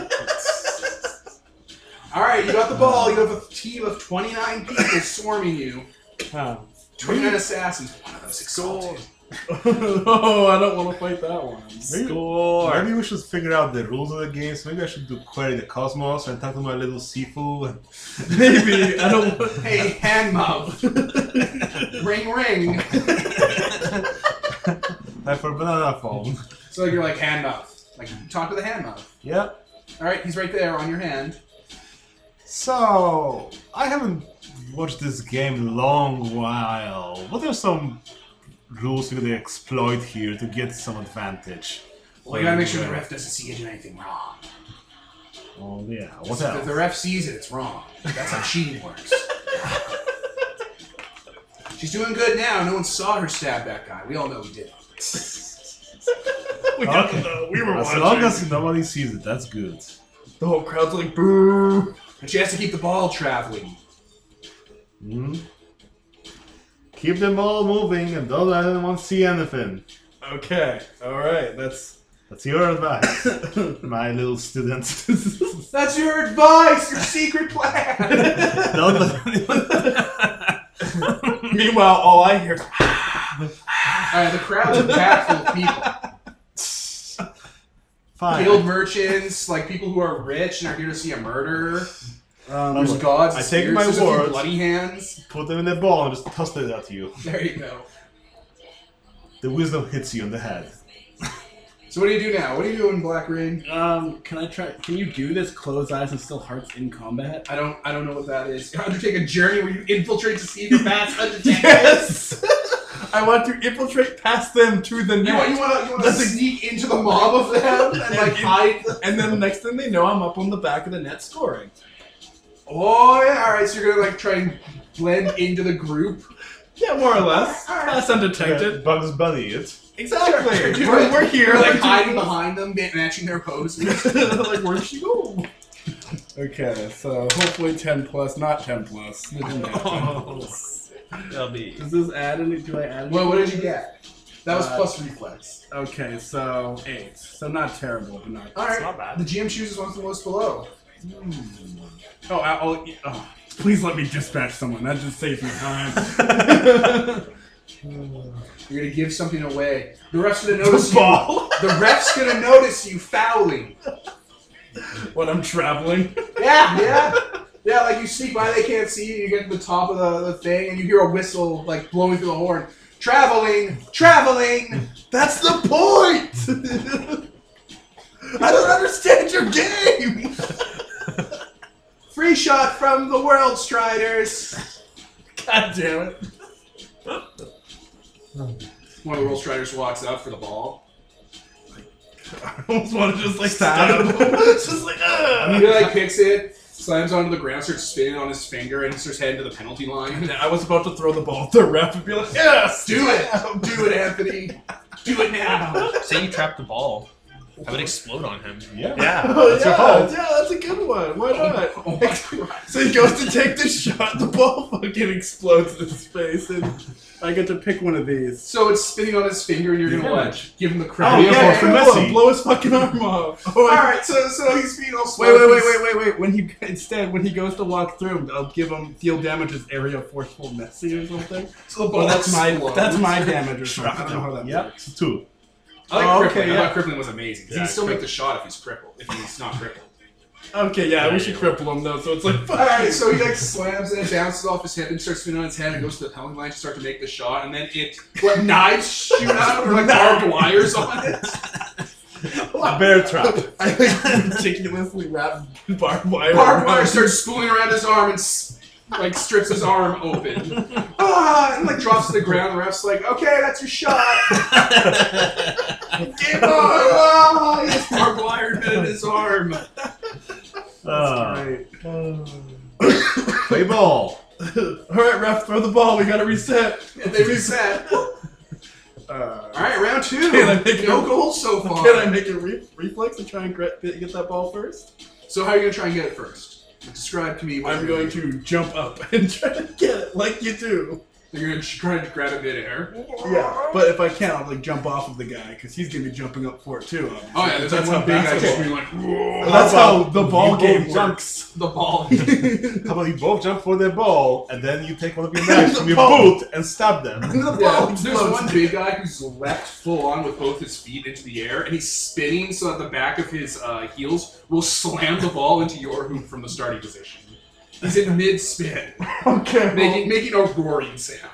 Speaker 6: All right, you got the ball. You have a team of 29 people swarming you.
Speaker 5: Huh.
Speaker 6: 29 assassins. One of those exalted.
Speaker 5: (laughs) oh, I don't want to fight that one.
Speaker 2: score.
Speaker 4: Maybe we should figure out the rules of the game. So maybe I should do query the cosmos and talk to my little Sifu. And
Speaker 5: Maybe
Speaker 4: (laughs)
Speaker 5: I don't. Want...
Speaker 6: Hey, hand mouth. ring, ring.
Speaker 4: I for banana phone.
Speaker 6: So you're like hand mouth. Like talk to the hand mouth.
Speaker 4: yeah.
Speaker 6: All right, he's right there on your hand.
Speaker 4: So I haven't watched this game in a long while. What are some rules you could exploit here to get some advantage?
Speaker 6: Well, you gotta make sure the ref doesn't see you do anything wrong.
Speaker 4: Oh yeah. What
Speaker 6: If the
Speaker 4: else?
Speaker 6: ref sees it, it's wrong. That's how
Speaker 4: (laughs)
Speaker 6: cheating works. She's doing good now. No one saw her stab that guy. We all know he did.
Speaker 5: we got
Speaker 4: Okay.
Speaker 5: the- We were
Speaker 4: As
Speaker 5: watching.
Speaker 4: long as nobody sees it, that's good.
Speaker 5: the whole crowd's like boo.
Speaker 6: But she has to keep the ball traveling.
Speaker 4: Hmm. Keep them all moving and don't let anyone see anything.
Speaker 5: Okay, all right, that's (laughs)
Speaker 2: (laughs)
Speaker 4: That's your advice, my little student. (laughs)
Speaker 6: That's your advice, your secret plan.
Speaker 4: Don't let anyone-
Speaker 5: Meanwhile, all I hear is
Speaker 6: Alright, the crowd's a packed full of people.
Speaker 4: (laughs) Fine.
Speaker 6: Guild merchants, like people who are rich and are here to see a murder.
Speaker 4: Um,
Speaker 6: There's gods.
Speaker 4: I
Speaker 6: and
Speaker 4: take
Speaker 6: spirits,
Speaker 4: my
Speaker 6: there's a few
Speaker 4: words.
Speaker 6: Bloody hands.
Speaker 4: Put them in a ball and just toss it at you.
Speaker 6: (laughs) There you go.
Speaker 4: The wisdom hits you on the head.
Speaker 6: So what do you do now? What do you do in Black Rain?
Speaker 5: Um, can I try? Can you do this? Close eyes and still hearts in combat.
Speaker 6: I don't. I don't know what that is. Undertake a journey where you infiltrate to see the past undetected.
Speaker 5: (laughs)
Speaker 6: (laughs)
Speaker 5: Yes. (laughs) I want to infiltrate past them to the
Speaker 6: You want, you
Speaker 5: net,
Speaker 6: want to you want to
Speaker 5: That's a-
Speaker 6: sneak into the mob of them (laughs) and like
Speaker 5: And in-
Speaker 6: hide. the-
Speaker 5: and then the next thing they know, I'm up on the back of the net scoring.
Speaker 6: Oh yeah, all right. So you're gonna like try and blend into the (laughs) group.
Speaker 5: Yeah, more or less. That's undetected.
Speaker 4: Bugs Bunny it.
Speaker 2: (laughs)
Speaker 5: Exactly. (laughs)
Speaker 6: You're
Speaker 5: We're,
Speaker 6: like-
Speaker 5: we're here.
Speaker 6: You're like
Speaker 5: we're
Speaker 6: hiding
Speaker 5: doing-
Speaker 6: behind them, ma- matching their poses.
Speaker 5: like where'd she go? Okay, so hopefully ten plus, not ten plus. (laughs)
Speaker 2: That'll be.
Speaker 5: Does this add any? Do I add? Any?
Speaker 6: well, (laughs) what did you get? That was
Speaker 5: Uh,
Speaker 6: plus reflex.
Speaker 5: Okay, so eight. So not terrible, but not.
Speaker 6: All right.
Speaker 2: not bad.
Speaker 5: (laughs)
Speaker 6: The GM chooses one from lowest below.
Speaker 5: Oh, I- I'll, oh, please let me dispatch someone. That just saves me (laughs) time.
Speaker 6: You're gonna give something away. The ref's gonna notice you.
Speaker 5: Ball.
Speaker 6: The ref's gonna notice you fouling.
Speaker 5: when I'm traveling.
Speaker 6: Yeah, yeah. Yeah, like you sneak by, they can't see you. You get to the top of the, the thing, and you hear a whistle like blowing through the horn. Traveling, traveling.
Speaker 5: That's the point. I don't understand your game.
Speaker 6: Free shot from the World Striders.
Speaker 5: God damn it.
Speaker 6: One of the World Striders walks up for the ball.
Speaker 5: I (laughs) almost want to just (laughs) like
Speaker 4: Stab.
Speaker 5: stab. him. it's just like
Speaker 6: He
Speaker 5: ugh.
Speaker 6: like picks it, slams onto the ground, starts spinning on his finger, and starts heading to the penalty
Speaker 5: (laughs)
Speaker 6: line.
Speaker 5: I was about to throw the ball at the ref and be like, yes,
Speaker 6: Do it, do it, Anthony. Do it now.
Speaker 3: Say you trap the ball. I would explode on him.
Speaker 4: Yeah.
Speaker 2: Yeah.
Speaker 5: Oh,
Speaker 4: That's your
Speaker 5: yeah,
Speaker 4: fault.
Speaker 5: yeah, that's a good one. Why not?
Speaker 6: Oh my god.
Speaker 5: So he goes to take the shot, the ball fucking explodes in his face, and I get to pick one of these.
Speaker 6: So it's spinning on his finger, and you're gonna
Speaker 4: Yeah.
Speaker 6: watch. Give him the credit.
Speaker 4: Oh, yeah, yeah, yeah.
Speaker 5: blow,
Speaker 4: Messi.
Speaker 5: blow his fucking arm off. Oh,
Speaker 6: All
Speaker 5: I-
Speaker 6: right, so so he's being all
Speaker 5: Wait, wait,
Speaker 6: slow.
Speaker 5: wait, wait, wait, wait. When he instead, when he goes to walk through, I'll give him deal damage as area forceful Messi or something.
Speaker 6: So the ball
Speaker 5: Well, that's my
Speaker 6: explodes.
Speaker 5: that's my damage or something. I don't know how that
Speaker 4: Yeah.
Speaker 5: works.
Speaker 4: It's two.
Speaker 6: I like
Speaker 5: Oh,
Speaker 6: crippling.
Speaker 5: okay,
Speaker 6: I
Speaker 5: yeah.
Speaker 6: thought crippling was amazing. 'cause
Speaker 2: Yeah,
Speaker 6: he can still make the shot if he's crippled. If he's not (laughs) crippled.
Speaker 5: Okay, yeah, we
Speaker 2: Yeah,
Speaker 5: should
Speaker 2: you-
Speaker 5: cripple him though. So it's like, fuck
Speaker 6: All right,
Speaker 5: you.
Speaker 6: so (laughs) he like slams it, bounces off his head, and starts spinning on his head, and goes to the penalty line to start to make the shot, and then it (laughs) what knives shoot out or like barbed wires on (laughs) it.
Speaker 5: (laughs)
Speaker 4: A bear trap.
Speaker 5: I like ridiculously wrapped barbed wire.
Speaker 6: Barbed wire
Speaker 5: around- (laughs)
Speaker 6: starts spooling around his arm and s- like strips his arm open. (laughs) Ah, and like drops to the ground. The ref's like, "Okay, that's
Speaker 5: (laughs)
Speaker 6: your shot." Game on! Ah, he has barbed wire in his arm.
Speaker 4: Uh,
Speaker 5: Right.
Speaker 4: play ball.
Speaker 5: All right, ref, throw the ball. We gotta reset.
Speaker 6: And they reset.
Speaker 5: Uh,
Speaker 6: All right, round two.
Speaker 5: Can I make
Speaker 6: no
Speaker 5: it-
Speaker 6: goals so far.
Speaker 5: Can I make a re- reflex and try and gre- get that ball first?
Speaker 6: So how are you gonna try and get it first? Describe to me. What
Speaker 5: I'm
Speaker 6: you're
Speaker 5: going
Speaker 6: gonna
Speaker 5: to jump up (laughs) and try to get it like you do.
Speaker 6: do. You're gonna try to grab it midair.
Speaker 5: Yeah, but if I can, I'll like jump off of the guy because he's gonna be jumping up for it too. obviously.
Speaker 6: Oh yeah, there's
Speaker 5: That's
Speaker 6: that one
Speaker 5: how
Speaker 6: big guy
Speaker 5: basketball-
Speaker 6: just being like, "Whoa."
Speaker 5: That's
Speaker 4: How
Speaker 5: how
Speaker 4: about
Speaker 5: the ball
Speaker 4: you
Speaker 5: game
Speaker 4: both
Speaker 5: works.
Speaker 6: (laughs) the ball.
Speaker 5: (laughs)
Speaker 4: How about you both jump for the ball and then you take one
Speaker 5: (laughs)
Speaker 4: of your
Speaker 5: The
Speaker 4: knives from your
Speaker 5: ball.
Speaker 4: boot and stab them?
Speaker 5: The
Speaker 6: Yeah,
Speaker 5: ball
Speaker 6: there's
Speaker 5: explodes.
Speaker 6: one big guy who's leapt full on with both his feet into the air, and he's spinning so that the back of his uh, heels will slam the ball into your hoop from the starting position. He's in mid spin, (laughs)
Speaker 5: Okay.
Speaker 6: making making a roaring sound.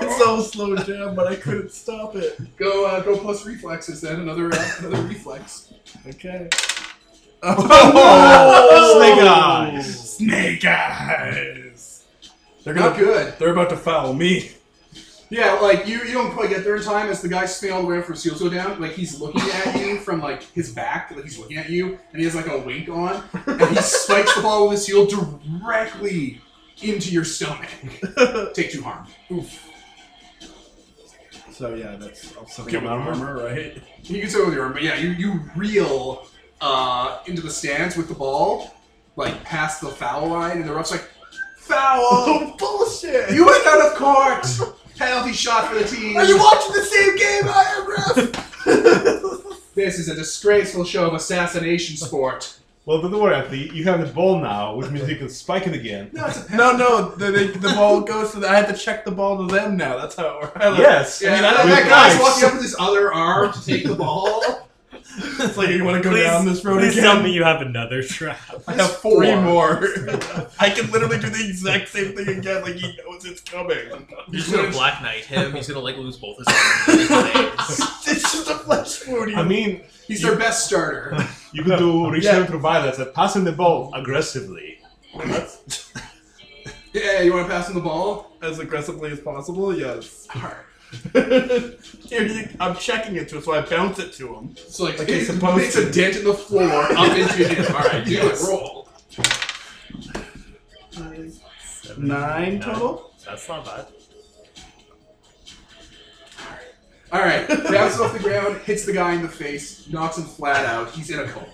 Speaker 5: It's so slow down, but I couldn't stop it.
Speaker 6: Go uh, go plus reflexes then another uh, another reflex.
Speaker 5: Okay. (laughs)
Speaker 4: Oh, snake eyes.
Speaker 5: Snake eyes. They're
Speaker 6: Not
Speaker 5: gonna.
Speaker 6: good.
Speaker 5: They're about to foul me.
Speaker 6: Yeah, like you, you don't quite get there in time as the guy spinning all the way up from seals go down. Like he's looking at you from like his back, like he's looking at you, and he has like a wink on, and he spikes the ball with his heel directly into your stomach. Take two harm.
Speaker 5: So yeah, that's also
Speaker 4: Okay, with armor.
Speaker 5: right?
Speaker 6: You can say with your arm, but yeah, you you reel uh, into the stands with the ball, like past the foul line, and the ref's like, foul!
Speaker 5: Oh bullshit! (laughs)
Speaker 6: You went out of court. Penalty shot for the team.
Speaker 5: watching the same game I am, ref?
Speaker 6: This is a disgraceful show of assassination sport.
Speaker 4: Well, but don't worry, Anthony. You have the ball now, which means you can spike it again.
Speaker 6: no, it's a penalty.
Speaker 5: No, no, the, the, the ball goes to the, I had to check the ball to them now. That's how it works.
Speaker 4: Yes.
Speaker 5: I
Speaker 6: Yeah,
Speaker 5: mean,
Speaker 6: that,
Speaker 4: with
Speaker 6: that guy's
Speaker 4: knives.
Speaker 6: walking up with his other arm to take the ball.
Speaker 5: (laughs) It's like, you want to go
Speaker 2: Please-
Speaker 5: down this road
Speaker 2: Please
Speaker 5: again?
Speaker 2: tell me you have another trap.
Speaker 5: (laughs) I have
Speaker 6: Four.
Speaker 5: three (laughs) more. I can literally do the exact same thing again. Like, he knows it's coming.
Speaker 3: You're just gonna black knight him. He's gonna like lose both his arms. and his legs.
Speaker 5: it's just a flesh wound.
Speaker 4: I mean,
Speaker 6: He's their best starter.
Speaker 4: you could do reach
Speaker 5: Yeah.
Speaker 4: them through violence and passing the ball
Speaker 5: (laughs)
Speaker 4: aggressively.
Speaker 6: Yeah, you want to pass him the ball?
Speaker 5: as aggressively as possible, yes.
Speaker 6: Alright.
Speaker 5: (laughs) Here, you, I'm checking it to him, so I bounce it to him.
Speaker 6: So like,
Speaker 5: Like it's
Speaker 6: it
Speaker 5: supposed
Speaker 6: makes a
Speaker 5: to.
Speaker 6: dent in the floor up into him. All right, do
Speaker 5: Yes.
Speaker 6: it. Roll.
Speaker 5: Nine total?
Speaker 2: That's not bad.
Speaker 6: All right, bounces off the ground, hits the guy in the face, knocks him flat out. He's in a coma.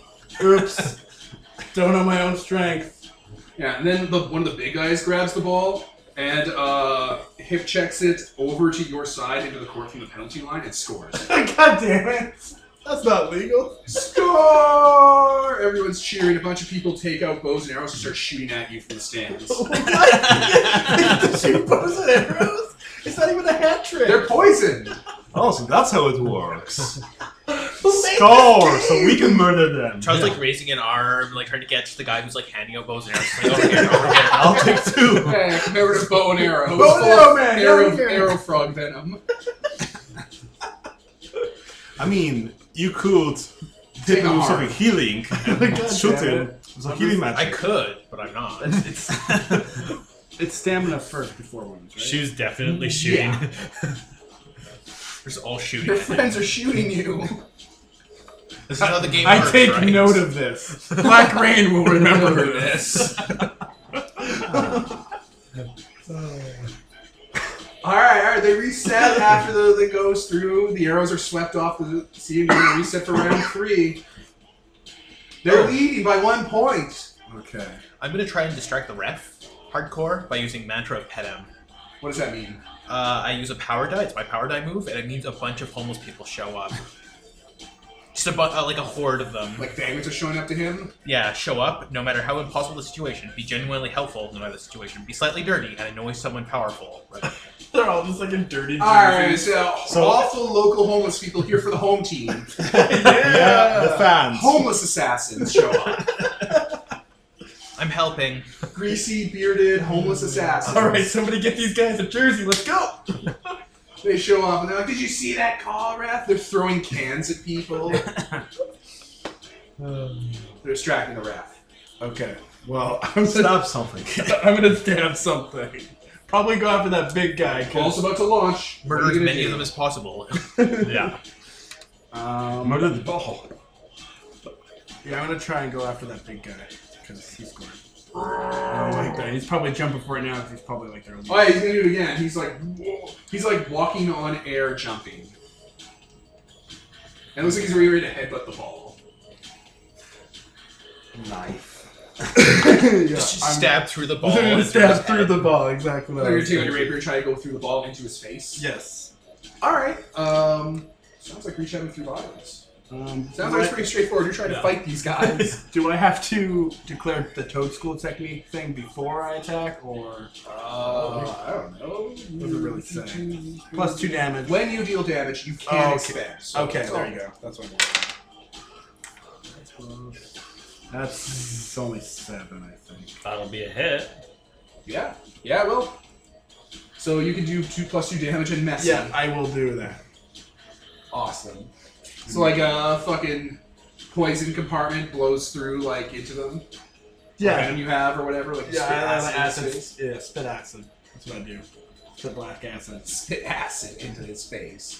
Speaker 5: Oops. (laughs) Don't know my own strength.
Speaker 6: Yeah, and then the, one of the big guys grabs the ball and uh, hip checks it over to your side into the court from the penalty line and scores.
Speaker 5: (laughs) God damn it. That's not legal.
Speaker 6: Score! Everyone's cheering. A bunch of people take out bows and arrows and start shooting at you from the stands.
Speaker 5: What? Shoot bows and arrows? It's not even a hat trick.
Speaker 6: They're poisoned.
Speaker 4: Oh, so that's how it
Speaker 5: (laughs)
Speaker 4: works.
Speaker 5: Who made
Speaker 4: Score,
Speaker 5: this
Speaker 4: so
Speaker 5: game?
Speaker 4: we can murder them.
Speaker 3: Charles like raising an arm, like trying to catch the guy who's like handing out bows and arrows. Like,
Speaker 5: (laughs)
Speaker 3: over here, over here.
Speaker 4: I'll take two.
Speaker 6: (laughs) Hey, remember to bow and arrow.
Speaker 5: Bow and arrow man,
Speaker 6: Arrow,
Speaker 5: yeah, we can.
Speaker 6: arrow frog venom.
Speaker 4: I mean, you could
Speaker 6: Take
Speaker 4: dip
Speaker 6: a
Speaker 4: him with
Speaker 6: heart.
Speaker 4: something healing
Speaker 5: (laughs) God
Speaker 4: and shoot
Speaker 5: damn
Speaker 4: him. It's a healing
Speaker 3: I
Speaker 4: magic.
Speaker 3: could, but I'm not.
Speaker 5: It's, it's stamina first before wounds, right?
Speaker 2: She's definitely
Speaker 6: (laughs)
Speaker 2: shooting.
Speaker 6: Yeah.
Speaker 3: There's all shooting.
Speaker 6: Your friends are shooting you.
Speaker 3: This is how the game
Speaker 5: I
Speaker 3: works,
Speaker 5: take
Speaker 3: right?
Speaker 5: note of this. (laughs) Black Rain will remember this.
Speaker 6: All right, all right. They reset after the, the goes through. The arrows are swept off the scene. They're gonna reset for round three. They're leading by one point.
Speaker 5: Okay.
Speaker 3: I'm gonna try and distract the ref hardcore by using mantra of petem.
Speaker 6: What does that mean?
Speaker 3: Uh, I use a power die. It's my power die move, and it means a bunch of homeless people show up. Just a bu- uh, like a horde of them.
Speaker 6: Like vagrants are showing up to him.
Speaker 3: Yeah, show up, no matter how impossible the situation, be genuinely helpful, no matter the situation, be slightly dirty, and annoy someone powerful. Right?
Speaker 5: They're all just like in dirty
Speaker 6: All right, so,
Speaker 4: So-
Speaker 6: awful local homeless people here for the
Speaker 3: (laughs)
Speaker 6: home team.
Speaker 4: Yeah, the fans.
Speaker 6: Homeless assassins show up.
Speaker 3: I'm helping.
Speaker 6: Greasy, bearded, homeless assassins.
Speaker 5: All right, somebody get these guys a jersey. Let's go.
Speaker 6: (laughs) They show up and they're like, "Did you see that call, ref?" They're throwing cans
Speaker 3: (laughs)
Speaker 6: at people. they're distracting the ref.
Speaker 5: Okay. (laughs) Well, I'm gonna,
Speaker 4: Stab something.
Speaker 5: I'm gonna stab something. Probably go after that big guy.
Speaker 6: Ball's about to launch. What are
Speaker 3: Murder as
Speaker 6: you gonna
Speaker 3: many
Speaker 6: do?
Speaker 3: of them as possible.
Speaker 2: yeah.
Speaker 5: Um,
Speaker 4: Murder the ball.
Speaker 5: yeah, I'm gonna try and go after that big guy because he scored. I don't like that. He's probably jumping for it now because he's probably like their.
Speaker 6: Oh yeah, he's gonna do it again. He's like, whoa. he's like walking on air, jumping. And it looks like he's really ready to headbutt the ball.
Speaker 5: (laughs) knife.
Speaker 3: Just
Speaker 5: I'm-
Speaker 3: (laughs) stab through the ball.
Speaker 5: They're gonna
Speaker 3: and
Speaker 5: (laughs) stab
Speaker 3: through
Speaker 5: through
Speaker 3: his
Speaker 5: the ball. Exactly. What
Speaker 6: They're
Speaker 5: I
Speaker 6: gonna
Speaker 5: was
Speaker 6: take out your
Speaker 5: thinking.
Speaker 6: rapier and try to go through the ball into his face.
Speaker 5: Yes.
Speaker 6: All right. Um, sounds like reach out through violence.
Speaker 5: Um,
Speaker 6: Sounds like it's pretty straightforward. You're trying to
Speaker 2: Yeah.
Speaker 6: fight these guys.
Speaker 5: (laughs) Do I have to declare the toad school technique thing before I attack, or
Speaker 6: uh, I don't know.
Speaker 5: Doesn't really say. plus two damage?
Speaker 6: When you deal damage, you
Speaker 5: Oh,
Speaker 6: can
Speaker 5: okay.
Speaker 6: expand. So
Speaker 5: Okay,
Speaker 6: it's
Speaker 5: there
Speaker 6: all-
Speaker 5: you go. That's what I'm doing. That's only seven, I think.
Speaker 2: That'll be a hit.
Speaker 6: Yeah, yeah, well. So you can do two plus two damage and messy.
Speaker 5: Yeah, I will do that.
Speaker 6: Awesome. So like a fucking poison compartment blows through like into them.
Speaker 5: Yeah,
Speaker 6: Venom you have or whatever. Like you
Speaker 5: yeah,
Speaker 6: spit
Speaker 5: I like
Speaker 6: acid. in
Speaker 5: acid.
Speaker 6: his face.
Speaker 5: Yeah, spit acid. That's what I do. Spit black acid.
Speaker 6: Spit acid into his face.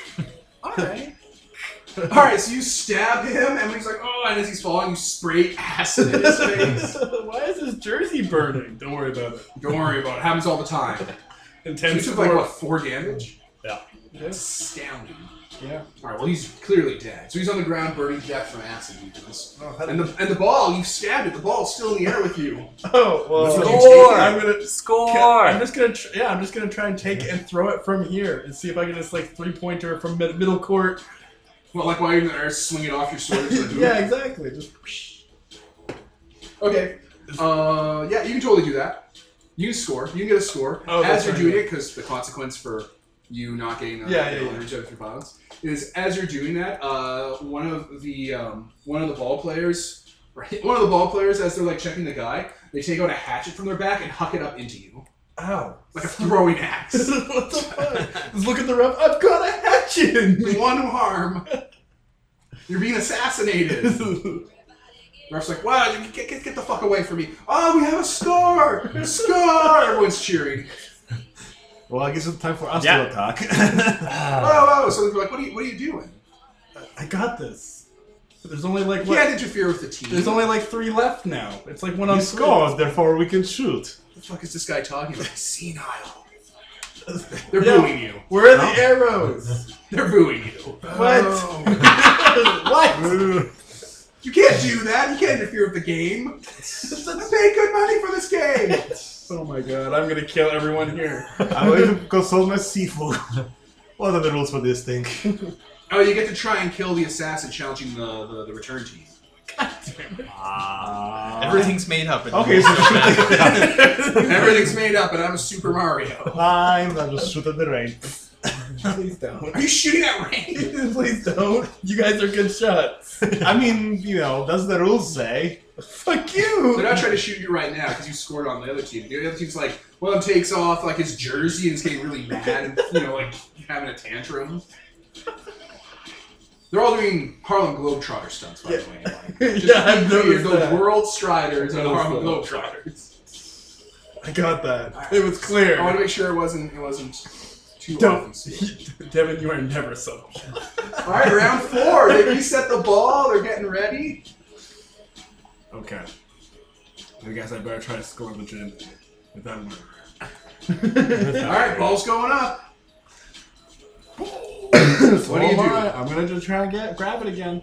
Speaker 6: (laughs) All right. (laughs) All right. So you stab him, and he's like, oh, and as he's falling, you spray acid
Speaker 5: (laughs)
Speaker 6: in his face.
Speaker 5: (laughs) Why is his jersey burning? Don't worry about it.
Speaker 6: Don't worry about it. Happens all the time. So you
Speaker 5: Intense
Speaker 6: took like what
Speaker 5: work.
Speaker 6: four damage?
Speaker 2: Yeah.
Speaker 6: Astounding.
Speaker 5: Yeah.
Speaker 6: All right. Well, he's clearly dead. So he's on the ground, burning to death from acid. injuries.
Speaker 5: Oh,
Speaker 6: And the and the ball you stabbed it. The ball's still in the air with you.
Speaker 5: oh well.
Speaker 6: That's what you
Speaker 2: Score!
Speaker 5: I'm gonna I'm
Speaker 2: Score!
Speaker 5: just gonna tr- yeah, I'm just gonna try and take it and throw it from here and see if I can just like three pointer from mid- middle court
Speaker 6: Well, like while you're in the air, swing it off your sword. to the dude.
Speaker 1: yeah, exactly. Just
Speaker 6: Okay. Uh, yeah, you can totally do that. You can score. You can get a score
Speaker 1: Oh,
Speaker 6: as
Speaker 1: that's
Speaker 6: you're
Speaker 1: right,
Speaker 6: doing
Speaker 1: yeah.
Speaker 6: it because the consequence for you not getting a
Speaker 1: Yeah, yeah, yeah.
Speaker 6: advantage out of your violence is as you're doing that. Uh, one of the um, one of the ball players, right? One of the ball players, as they're like checking the guy, they take out a hatchet from their back and huck it up into you
Speaker 1: ow.
Speaker 6: like a throwing
Speaker 1: (laughs)
Speaker 6: axe.
Speaker 1: what the fuck? Just look at the ref. I've got a hatchet. in me.
Speaker 6: One harm. You're
Speaker 1: (laughs)
Speaker 6: being assassinated. Ref's like, wow, you get, get, get the fuck away from me. Oh, we have a score! Score! Everyone's cheering.
Speaker 4: Well, I guess it's time for us
Speaker 2: Yeah.
Speaker 4: to attack. (laughs)
Speaker 1: Ah,
Speaker 6: Oh, oh, so they're like, what are you, what are you doing?
Speaker 5: I got this. There's only like
Speaker 6: You
Speaker 5: what?
Speaker 6: can't interfere with the team.
Speaker 5: There's only like three left now. It's like one
Speaker 4: he
Speaker 5: on
Speaker 4: scores, therefore we
Speaker 1: (laughs)
Speaker 4: can shoot.
Speaker 6: what the fuck is this guy talking about? Senile. They're
Speaker 1: Yeah.
Speaker 6: booing you.
Speaker 1: Where are the arrows?
Speaker 6: They're booing you. Oh.
Speaker 1: What?
Speaker 5: Oh.
Speaker 1: what?
Speaker 6: You can't do that. You can't interfere with the game. I paid good money for this game.
Speaker 5: Oh my god! I'm gonna kill everyone here.
Speaker 4: I'm going to consult my Sifu. (laughs) what are the rules for
Speaker 1: (laughs)
Speaker 4: this thing?
Speaker 6: oh, you get to try and kill the assassin challenging the, the, the return team.
Speaker 5: Uh,
Speaker 3: (laughs) Everything's made up. in the
Speaker 4: Okay, so
Speaker 3: world. (laughs)
Speaker 4: shoot at
Speaker 6: (laughs) Everything's made up, and I'm a Super Mario.
Speaker 4: Fine, I'll just shoot at the rain.
Speaker 1: (laughs) Please
Speaker 4: (laughs)
Speaker 1: don't. (laughs)
Speaker 6: Are you shooting at rain?
Speaker 1: Please don't. You guys are good shots.
Speaker 4: I mean, you know, that's the rules say.
Speaker 1: Fuck
Speaker 6: They're
Speaker 1: you.
Speaker 6: not trying to shoot you right now because you scored on the other team. The other team's like, one of them takes off like his jersey and is getting really mad (laughs) and you know like having a tantrum. They're all doing Harlem Globetrotter stunts, by the
Speaker 1: (laughs)
Speaker 6: way. Like, just
Speaker 1: Yeah, I've
Speaker 6: be clear,
Speaker 1: noticed
Speaker 6: the
Speaker 1: that.
Speaker 6: World Striders and the
Speaker 1: Noticed
Speaker 6: Harlem
Speaker 1: that.
Speaker 6: Globetrotters.
Speaker 1: I got that. It was clear.
Speaker 6: I want to make sure it wasn't it wasn't too often
Speaker 1: Don't,
Speaker 6: seen.
Speaker 1: Devin. You are never subtle.
Speaker 6: All right, round four. They reset the ball. They're getting ready.
Speaker 5: Okay. I guess I better try to score legitimately with that (coughs) one.
Speaker 6: All right, ball's going up.
Speaker 5: what
Speaker 6: do you do?
Speaker 5: I'm gonna just try and get grab it again.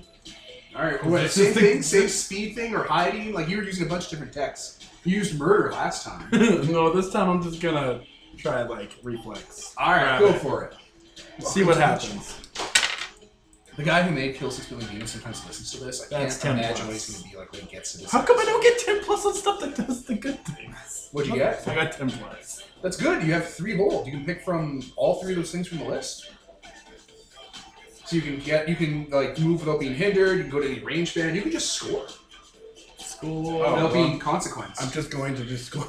Speaker 6: All right, what,
Speaker 5: It's
Speaker 6: same
Speaker 5: just the-
Speaker 6: thing, same speed thing, or hiding? Like you were using a bunch of different decks. You used murder last time.
Speaker 5: (laughs) no, this time I'm just gonna try like reflex.
Speaker 6: All right,
Speaker 5: Grab
Speaker 6: go
Speaker 5: it.
Speaker 6: for it.
Speaker 5: See what happens.
Speaker 6: The guy who made Kill Six Billion Demons sometimes listens to this. I
Speaker 5: That's
Speaker 6: can't
Speaker 5: 10
Speaker 6: imagine
Speaker 5: plus.
Speaker 6: what he's going to be like when he gets to this.
Speaker 5: How come I don't get ten plus on stuff that does the good things?
Speaker 6: What'd you get?
Speaker 5: I got ten plus.
Speaker 6: That's good. You have three bold. You can pick from all three of those things from the list. So you can get, you can like move without being hindered. You can go to any range band. You can just score
Speaker 5: School.
Speaker 6: without being consequence.
Speaker 5: I'm just going to
Speaker 1: (laughs)
Speaker 5: just score.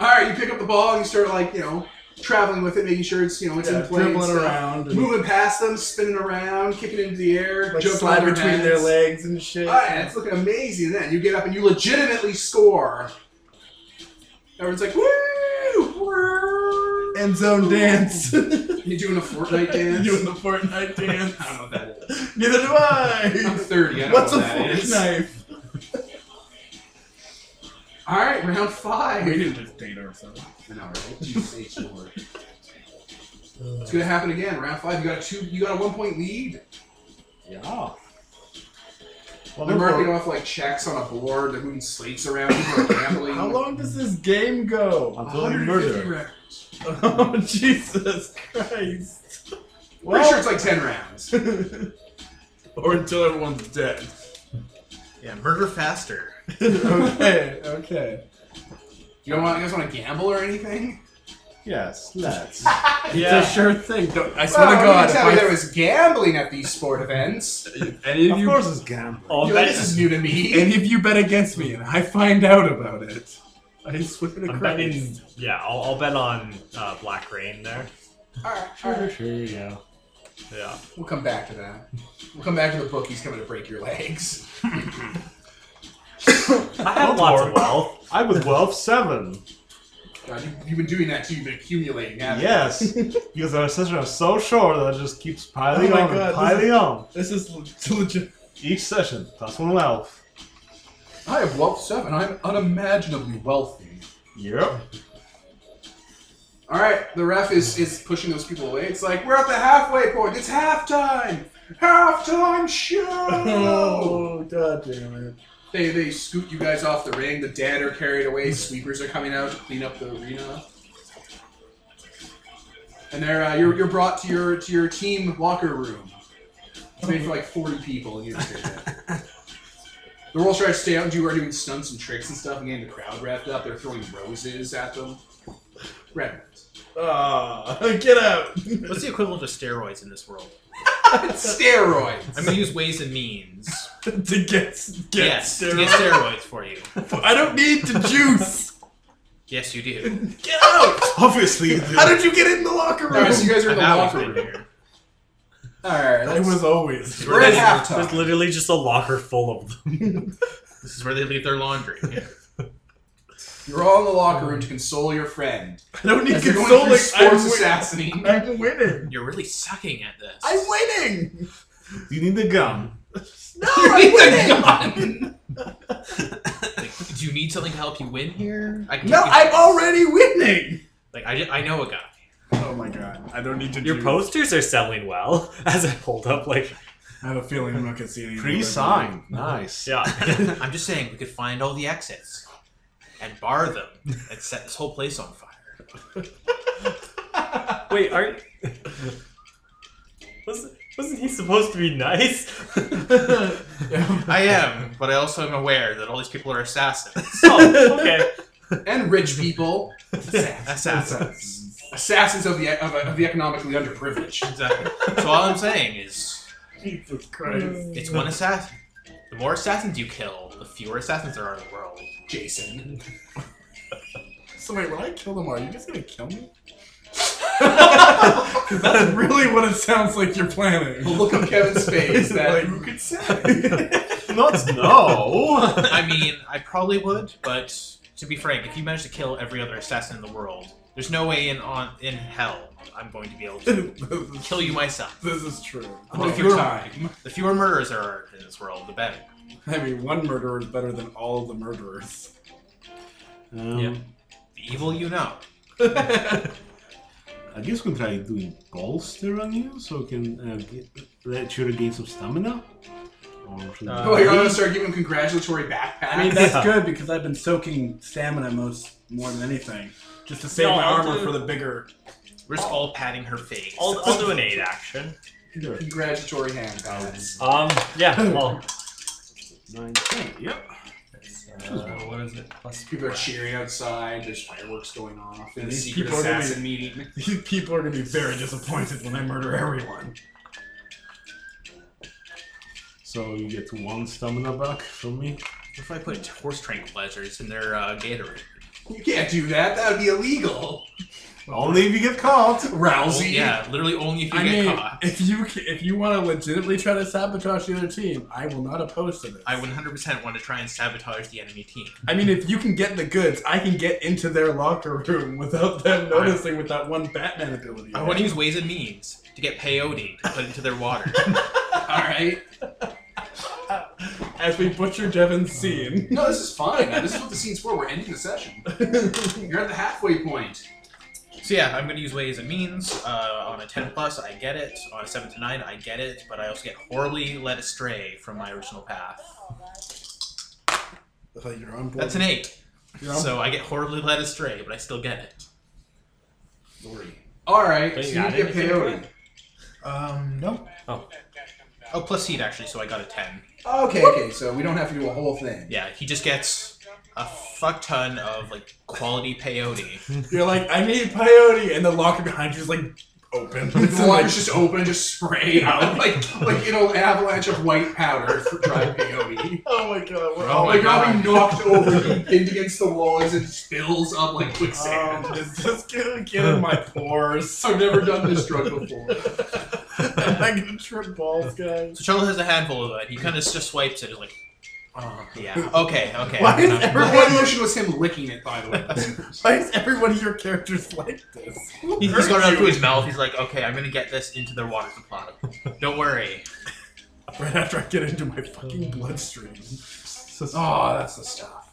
Speaker 6: All right, you pick up the ball and you start like you know traveling with it, making sure it's you know it's
Speaker 5: Yeah,
Speaker 6: in play. and
Speaker 5: dribbling
Speaker 6: stuff.
Speaker 5: around and-
Speaker 6: uh, moving past them, spinning around, kicking into the air,
Speaker 1: Like
Speaker 6: jumping
Speaker 1: slide
Speaker 6: on their
Speaker 1: between
Speaker 6: hands.
Speaker 1: their legs and shit.
Speaker 6: Oh, yeah, it's looking amazing. Then you get up and you legitimately score. Everyone's like, "Woo!" woo."
Speaker 1: End zone
Speaker 6: (laughs)
Speaker 1: dance. Doing
Speaker 6: You're doing a
Speaker 1: (laughs)
Speaker 6: Fortnite dance.
Speaker 1: the Fortnite dance.
Speaker 6: I don't know what that is.
Speaker 1: Neither do
Speaker 6: I'm
Speaker 1: I.
Speaker 6: 30. I don't
Speaker 1: What's
Speaker 6: know
Speaker 1: a
Speaker 6: what that
Speaker 1: fork
Speaker 6: is.
Speaker 1: knife?
Speaker 6: All right, round five.
Speaker 5: We didn't just date ourselves.
Speaker 6: I know, right? Jesus H Lord. It's gonna happen again. Round five. You got a two. You got a one point lead.
Speaker 4: Yeah. Well,
Speaker 1: Oh.
Speaker 6: They're marking
Speaker 4: therefore,
Speaker 6: off like checks on a board. They're moving slates around. People are gambling.
Speaker 1: How long does this game go?
Speaker 4: until you murder.
Speaker 6: rounds.
Speaker 1: (laughs) Oh Jesus Christ!
Speaker 6: Pretty sure it's like ten rounds.
Speaker 1: or until everyone's dead.
Speaker 3: Yeah, murder faster. (laughs)
Speaker 1: (laughs) okay, okay.
Speaker 6: You don't want? You guys want to gamble or anything?
Speaker 4: Yes, let's.
Speaker 5: It's a sure thing. Don't, I swear
Speaker 6: Well, you
Speaker 5: to
Speaker 6: tell
Speaker 5: God,
Speaker 6: me
Speaker 5: if,
Speaker 6: there was gambling at these sport events.
Speaker 5: I, if any of
Speaker 4: of
Speaker 5: you
Speaker 4: course it's gambling.
Speaker 2: I'll
Speaker 6: You're like, this is
Speaker 2: bet,
Speaker 6: new to me.
Speaker 5: any of you bet against me and I find out about it, I swear to
Speaker 2: I'm
Speaker 5: Christ.
Speaker 2: betting. Yeah, I'll, I'll bet on uh, Black Rain there.
Speaker 6: (laughs) All right, all right.
Speaker 4: sure, yeah.
Speaker 6: (laughs)
Speaker 2: Yeah.
Speaker 6: We'll come back to that. We'll come back to the bookie's coming to break your legs.
Speaker 2: I have lots of wealth.
Speaker 4: I was 12, 7.
Speaker 6: God, you, you've been doing that too. You've been accumulating. haven't you?
Speaker 4: Yes, because our sessions are so short that it just keeps piling
Speaker 1: Oh my
Speaker 4: on
Speaker 1: God,
Speaker 4: and
Speaker 1: this
Speaker 4: piling on.
Speaker 1: This is le- legit.
Speaker 4: Each session, plus one wealth.
Speaker 6: I have wealth seven. I'm unimaginably wealthy.
Speaker 4: Yep.
Speaker 6: All right, the ref is is pushing those people away. It's like we're at the halfway point. It's halftime.
Speaker 5: (laughs)
Speaker 6: Halftime show.
Speaker 1: (laughs) Oh God damn it!
Speaker 6: they they scoot you guys off the ring. The dead are carried away. Sweepers are coming out to clean up the arena. And they're uh, you're, you're brought to your to your team locker room. It's made for like 40 people, and you just did that. The Rolls try to stay out, and you are doing stunts and tricks and stuff, and getting the crowd wrapped up. They're throwing roses at them. Red ones.
Speaker 1: Ah, (laughs) get out.
Speaker 3: What's the equivalent of steroids in this world?
Speaker 6: Steroids!
Speaker 3: I'm gonna use ways and means.
Speaker 1: to get, get
Speaker 3: yes, to get
Speaker 1: steroids.
Speaker 3: steroids for you.
Speaker 1: I don't need to (laughs) juice.
Speaker 3: Yes, you do.
Speaker 1: get out.
Speaker 4: (laughs) Obviously, you do.
Speaker 1: How did you get in the locker room?
Speaker 6: Alright, so you guys are in
Speaker 3: I'm
Speaker 6: the
Speaker 3: out
Speaker 6: locker
Speaker 3: of
Speaker 6: room.
Speaker 3: here.
Speaker 6: Alright,
Speaker 5: It
Speaker 6: let's-
Speaker 5: was always.
Speaker 6: we're at halftime.
Speaker 2: There's literally just a locker full of them.
Speaker 3: This is where they leave their (laughs) laundry.
Speaker 6: You're all in the locker room to console your friend.
Speaker 1: I don't need
Speaker 6: As they're going through
Speaker 1: consoling.
Speaker 6: sports
Speaker 1: I'm,
Speaker 6: assassinating.
Speaker 1: win- (laughs) I'm winning.
Speaker 3: You're really sucking at this.
Speaker 1: I'm winning.
Speaker 4: you need the gum.
Speaker 1: (laughs) No, I'm winning.
Speaker 3: Like, do you need something to help you win here? I can
Speaker 1: No,
Speaker 3: give you-
Speaker 1: I'm already winning.
Speaker 3: like I, ju- I know a guy.
Speaker 5: Oh my god. I don't need to
Speaker 2: Your
Speaker 5: juice.
Speaker 2: posters are selling well. (laughs) As I pulled up, like,
Speaker 5: I have a feeling I'm not gonna see any.
Speaker 4: Pre sign. Nice.
Speaker 2: yeah.
Speaker 6: (laughs)
Speaker 3: I'm just saying we could find all the exits and bar them and set this whole place on fire.
Speaker 2: Wait, are (laughs) you... wasn't wasn't he supposed to be nice? (laughs)
Speaker 1: (laughs)
Speaker 3: I am, but I also am aware that all these people are assassins. (laughs)
Speaker 2: oh, okay.
Speaker 6: and rich people.
Speaker 3: assassins.
Speaker 6: Assassins of the, of, of the economically underprivileged.
Speaker 3: exactly. So all I'm saying is
Speaker 5: (laughs) Jesus Christ.
Speaker 3: it's one assassin. The more assassins you kill, the fewer assassins there are in the world.
Speaker 5: (laughs)
Speaker 6: Jason.
Speaker 5: So wait, when I kill them all, are you just gonna
Speaker 1: (laughs)
Speaker 5: kill me? (laughs) Because that's really what it sounds like you're planning.
Speaker 6: Look up
Speaker 5: (laughs)
Speaker 6: Kevin's face. That
Speaker 5: Like, who could say?
Speaker 1: (laughs)
Speaker 4: (laughs)
Speaker 5: (laughs)
Speaker 4: Not no. (laughs)
Speaker 3: I mean, I probably would, but to be frank, if you manage to kill every other assassin in the world, there's no way in on in hell I'm going to be able to
Speaker 5: this
Speaker 3: kill you myself.
Speaker 5: is true.
Speaker 6: Take
Speaker 3: if
Speaker 6: your
Speaker 3: you're-
Speaker 6: time.
Speaker 3: The fewer murderers there are in this world, the better.
Speaker 5: I mean, one murderer is better than all of the murderers.
Speaker 4: Um,
Speaker 2: Yeah.
Speaker 3: The evil you know.
Speaker 4: I guess we can try doing bolster on you so we can uh, get, let you regain some stamina. Or should
Speaker 3: Uh,
Speaker 6: Oh, you're gonna start giving him congratulatory backpacks.
Speaker 5: I
Speaker 3: (laughs)
Speaker 5: mean, that's
Speaker 2: Yeah.
Speaker 5: good because I've been soaking stamina most more than anything, just to save
Speaker 2: No,
Speaker 5: my
Speaker 2: I'll
Speaker 5: armor
Speaker 2: do-
Speaker 5: for the bigger.
Speaker 3: We're just all patting her face.
Speaker 2: I'll, I'll do an aid action.
Speaker 4: Sure.
Speaker 6: congratulatory hand
Speaker 5: oh,
Speaker 6: pats.
Speaker 2: Um, yeah. Well,
Speaker 4: Nine, ten. Yep.
Speaker 2: uh, what is it? Plus
Speaker 6: People are cheering outside. There's fireworks going off. And a
Speaker 5: These
Speaker 6: secret
Speaker 5: people are gonna be- (laughs)
Speaker 6: assassin meeting.
Speaker 5: These people are gonna be very disappointed when I murder everyone.
Speaker 4: So you get one stamina back from me.
Speaker 3: What (laughs) if I put horse tranquilizers in their uh, Gatorade?
Speaker 6: You can't do that. That would be illegal.
Speaker 4: Only if you get caught.
Speaker 3: Oh,
Speaker 6: Rousey. (laughs)
Speaker 3: yeah, literally only if you
Speaker 5: I
Speaker 3: get
Speaker 5: mean,
Speaker 3: caught.
Speaker 5: if you ca- if you want to legitimately try to sabotage the other team, I will not oppose to this.
Speaker 3: I 100% want to try and sabotage the enemy team.
Speaker 5: I mean, if you can get the goods, I can get into their locker room without them noticing with that one Batman ability.
Speaker 3: I want to use ways and means to get peyote to put into their water.
Speaker 6: All right.
Speaker 5: as we butcher Devin's scene.
Speaker 6: No, this is fine. man. This is what the scene's for. We're ending
Speaker 5: (laughs)
Speaker 6: the session. You're at the halfway point.
Speaker 3: so yeah, I'm going to use ways and means. Uh, on a 10 plus, I get it. On a 7 to 9, I get it. But I also get horribly led astray from my original path.
Speaker 5: You're on board.
Speaker 3: That's an 8.
Speaker 5: You're on
Speaker 3: So I get horribly led astray, but I still get it.
Speaker 6: Lori. All right.
Speaker 2: But you
Speaker 6: so you
Speaker 2: got
Speaker 6: get
Speaker 2: it. You
Speaker 6: peyote.
Speaker 3: Um, no.
Speaker 2: Oh.
Speaker 3: Oh, plus heat, actually, so I got a 10.
Speaker 6: Okay. Okay. So we don't have to do a whole thing.
Speaker 3: Yeah, he just gets a fuck ton of like quality peyote.
Speaker 5: You're like, I need peyote, and the locker behind you is like (laughs) open. It's
Speaker 6: The
Speaker 5: like,
Speaker 6: water's just open, just spray out like like you know an avalanche of white powder for dry peyote.
Speaker 5: oh my god, what?
Speaker 3: Oh my
Speaker 6: like I'll be
Speaker 3: God.
Speaker 6: knocked over, you pinned against the wall as it spills up like quicksand.
Speaker 5: Um, is this gonna get in my pores? (laughs)
Speaker 6: I've never done this drug before.
Speaker 5: Am I gonna trip balls, guys?
Speaker 3: So Charles has a handful of it. He kind of just swipes it. He's like,
Speaker 6: Uh,
Speaker 3: oh yeah, okay, okay.
Speaker 5: Why is
Speaker 6: Her
Speaker 5: everyone,
Speaker 6: hand motion was him licking it, by the way.
Speaker 5: why is every one of your characters like this?
Speaker 3: He- He's going up to his mouth. He's like, okay, I'm gonna get this into their water supply. Don't worry.
Speaker 5: Right after I get into my fucking bloodstream.
Speaker 6: oh, that's the stuff.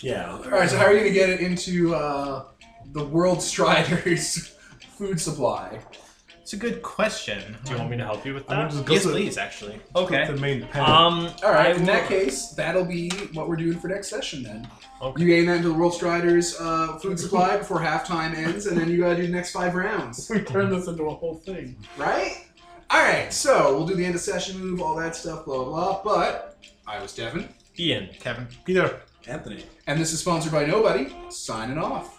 Speaker 5: Yeah.
Speaker 6: All right, so how are you gonna get it into uh, the World Strider's (laughs) food supply?
Speaker 3: It's a good question.
Speaker 2: Do you want me to help you with
Speaker 4: I'm
Speaker 2: that?
Speaker 4: just go
Speaker 3: Yes,
Speaker 4: to
Speaker 3: please. Actually,
Speaker 4: the main pen.
Speaker 2: Um.
Speaker 6: All
Speaker 2: I
Speaker 6: right, in
Speaker 2: will-
Speaker 6: that case, that'll be what we're doing for next session then.
Speaker 2: Okay.
Speaker 6: You gain that into the World Strider's uh, food
Speaker 2: (laughs)
Speaker 6: supply before halftime ends, and then you gotta do the next five rounds,
Speaker 5: We turned this into a whole thing.
Speaker 6: right? All right, so we'll do the end of session move, all that stuff, blah blah. blah. But I was Devin,
Speaker 2: Ian.
Speaker 3: Kevin.
Speaker 4: Peter.
Speaker 5: Anthony.
Speaker 6: and this is sponsored by nobody. Signing off.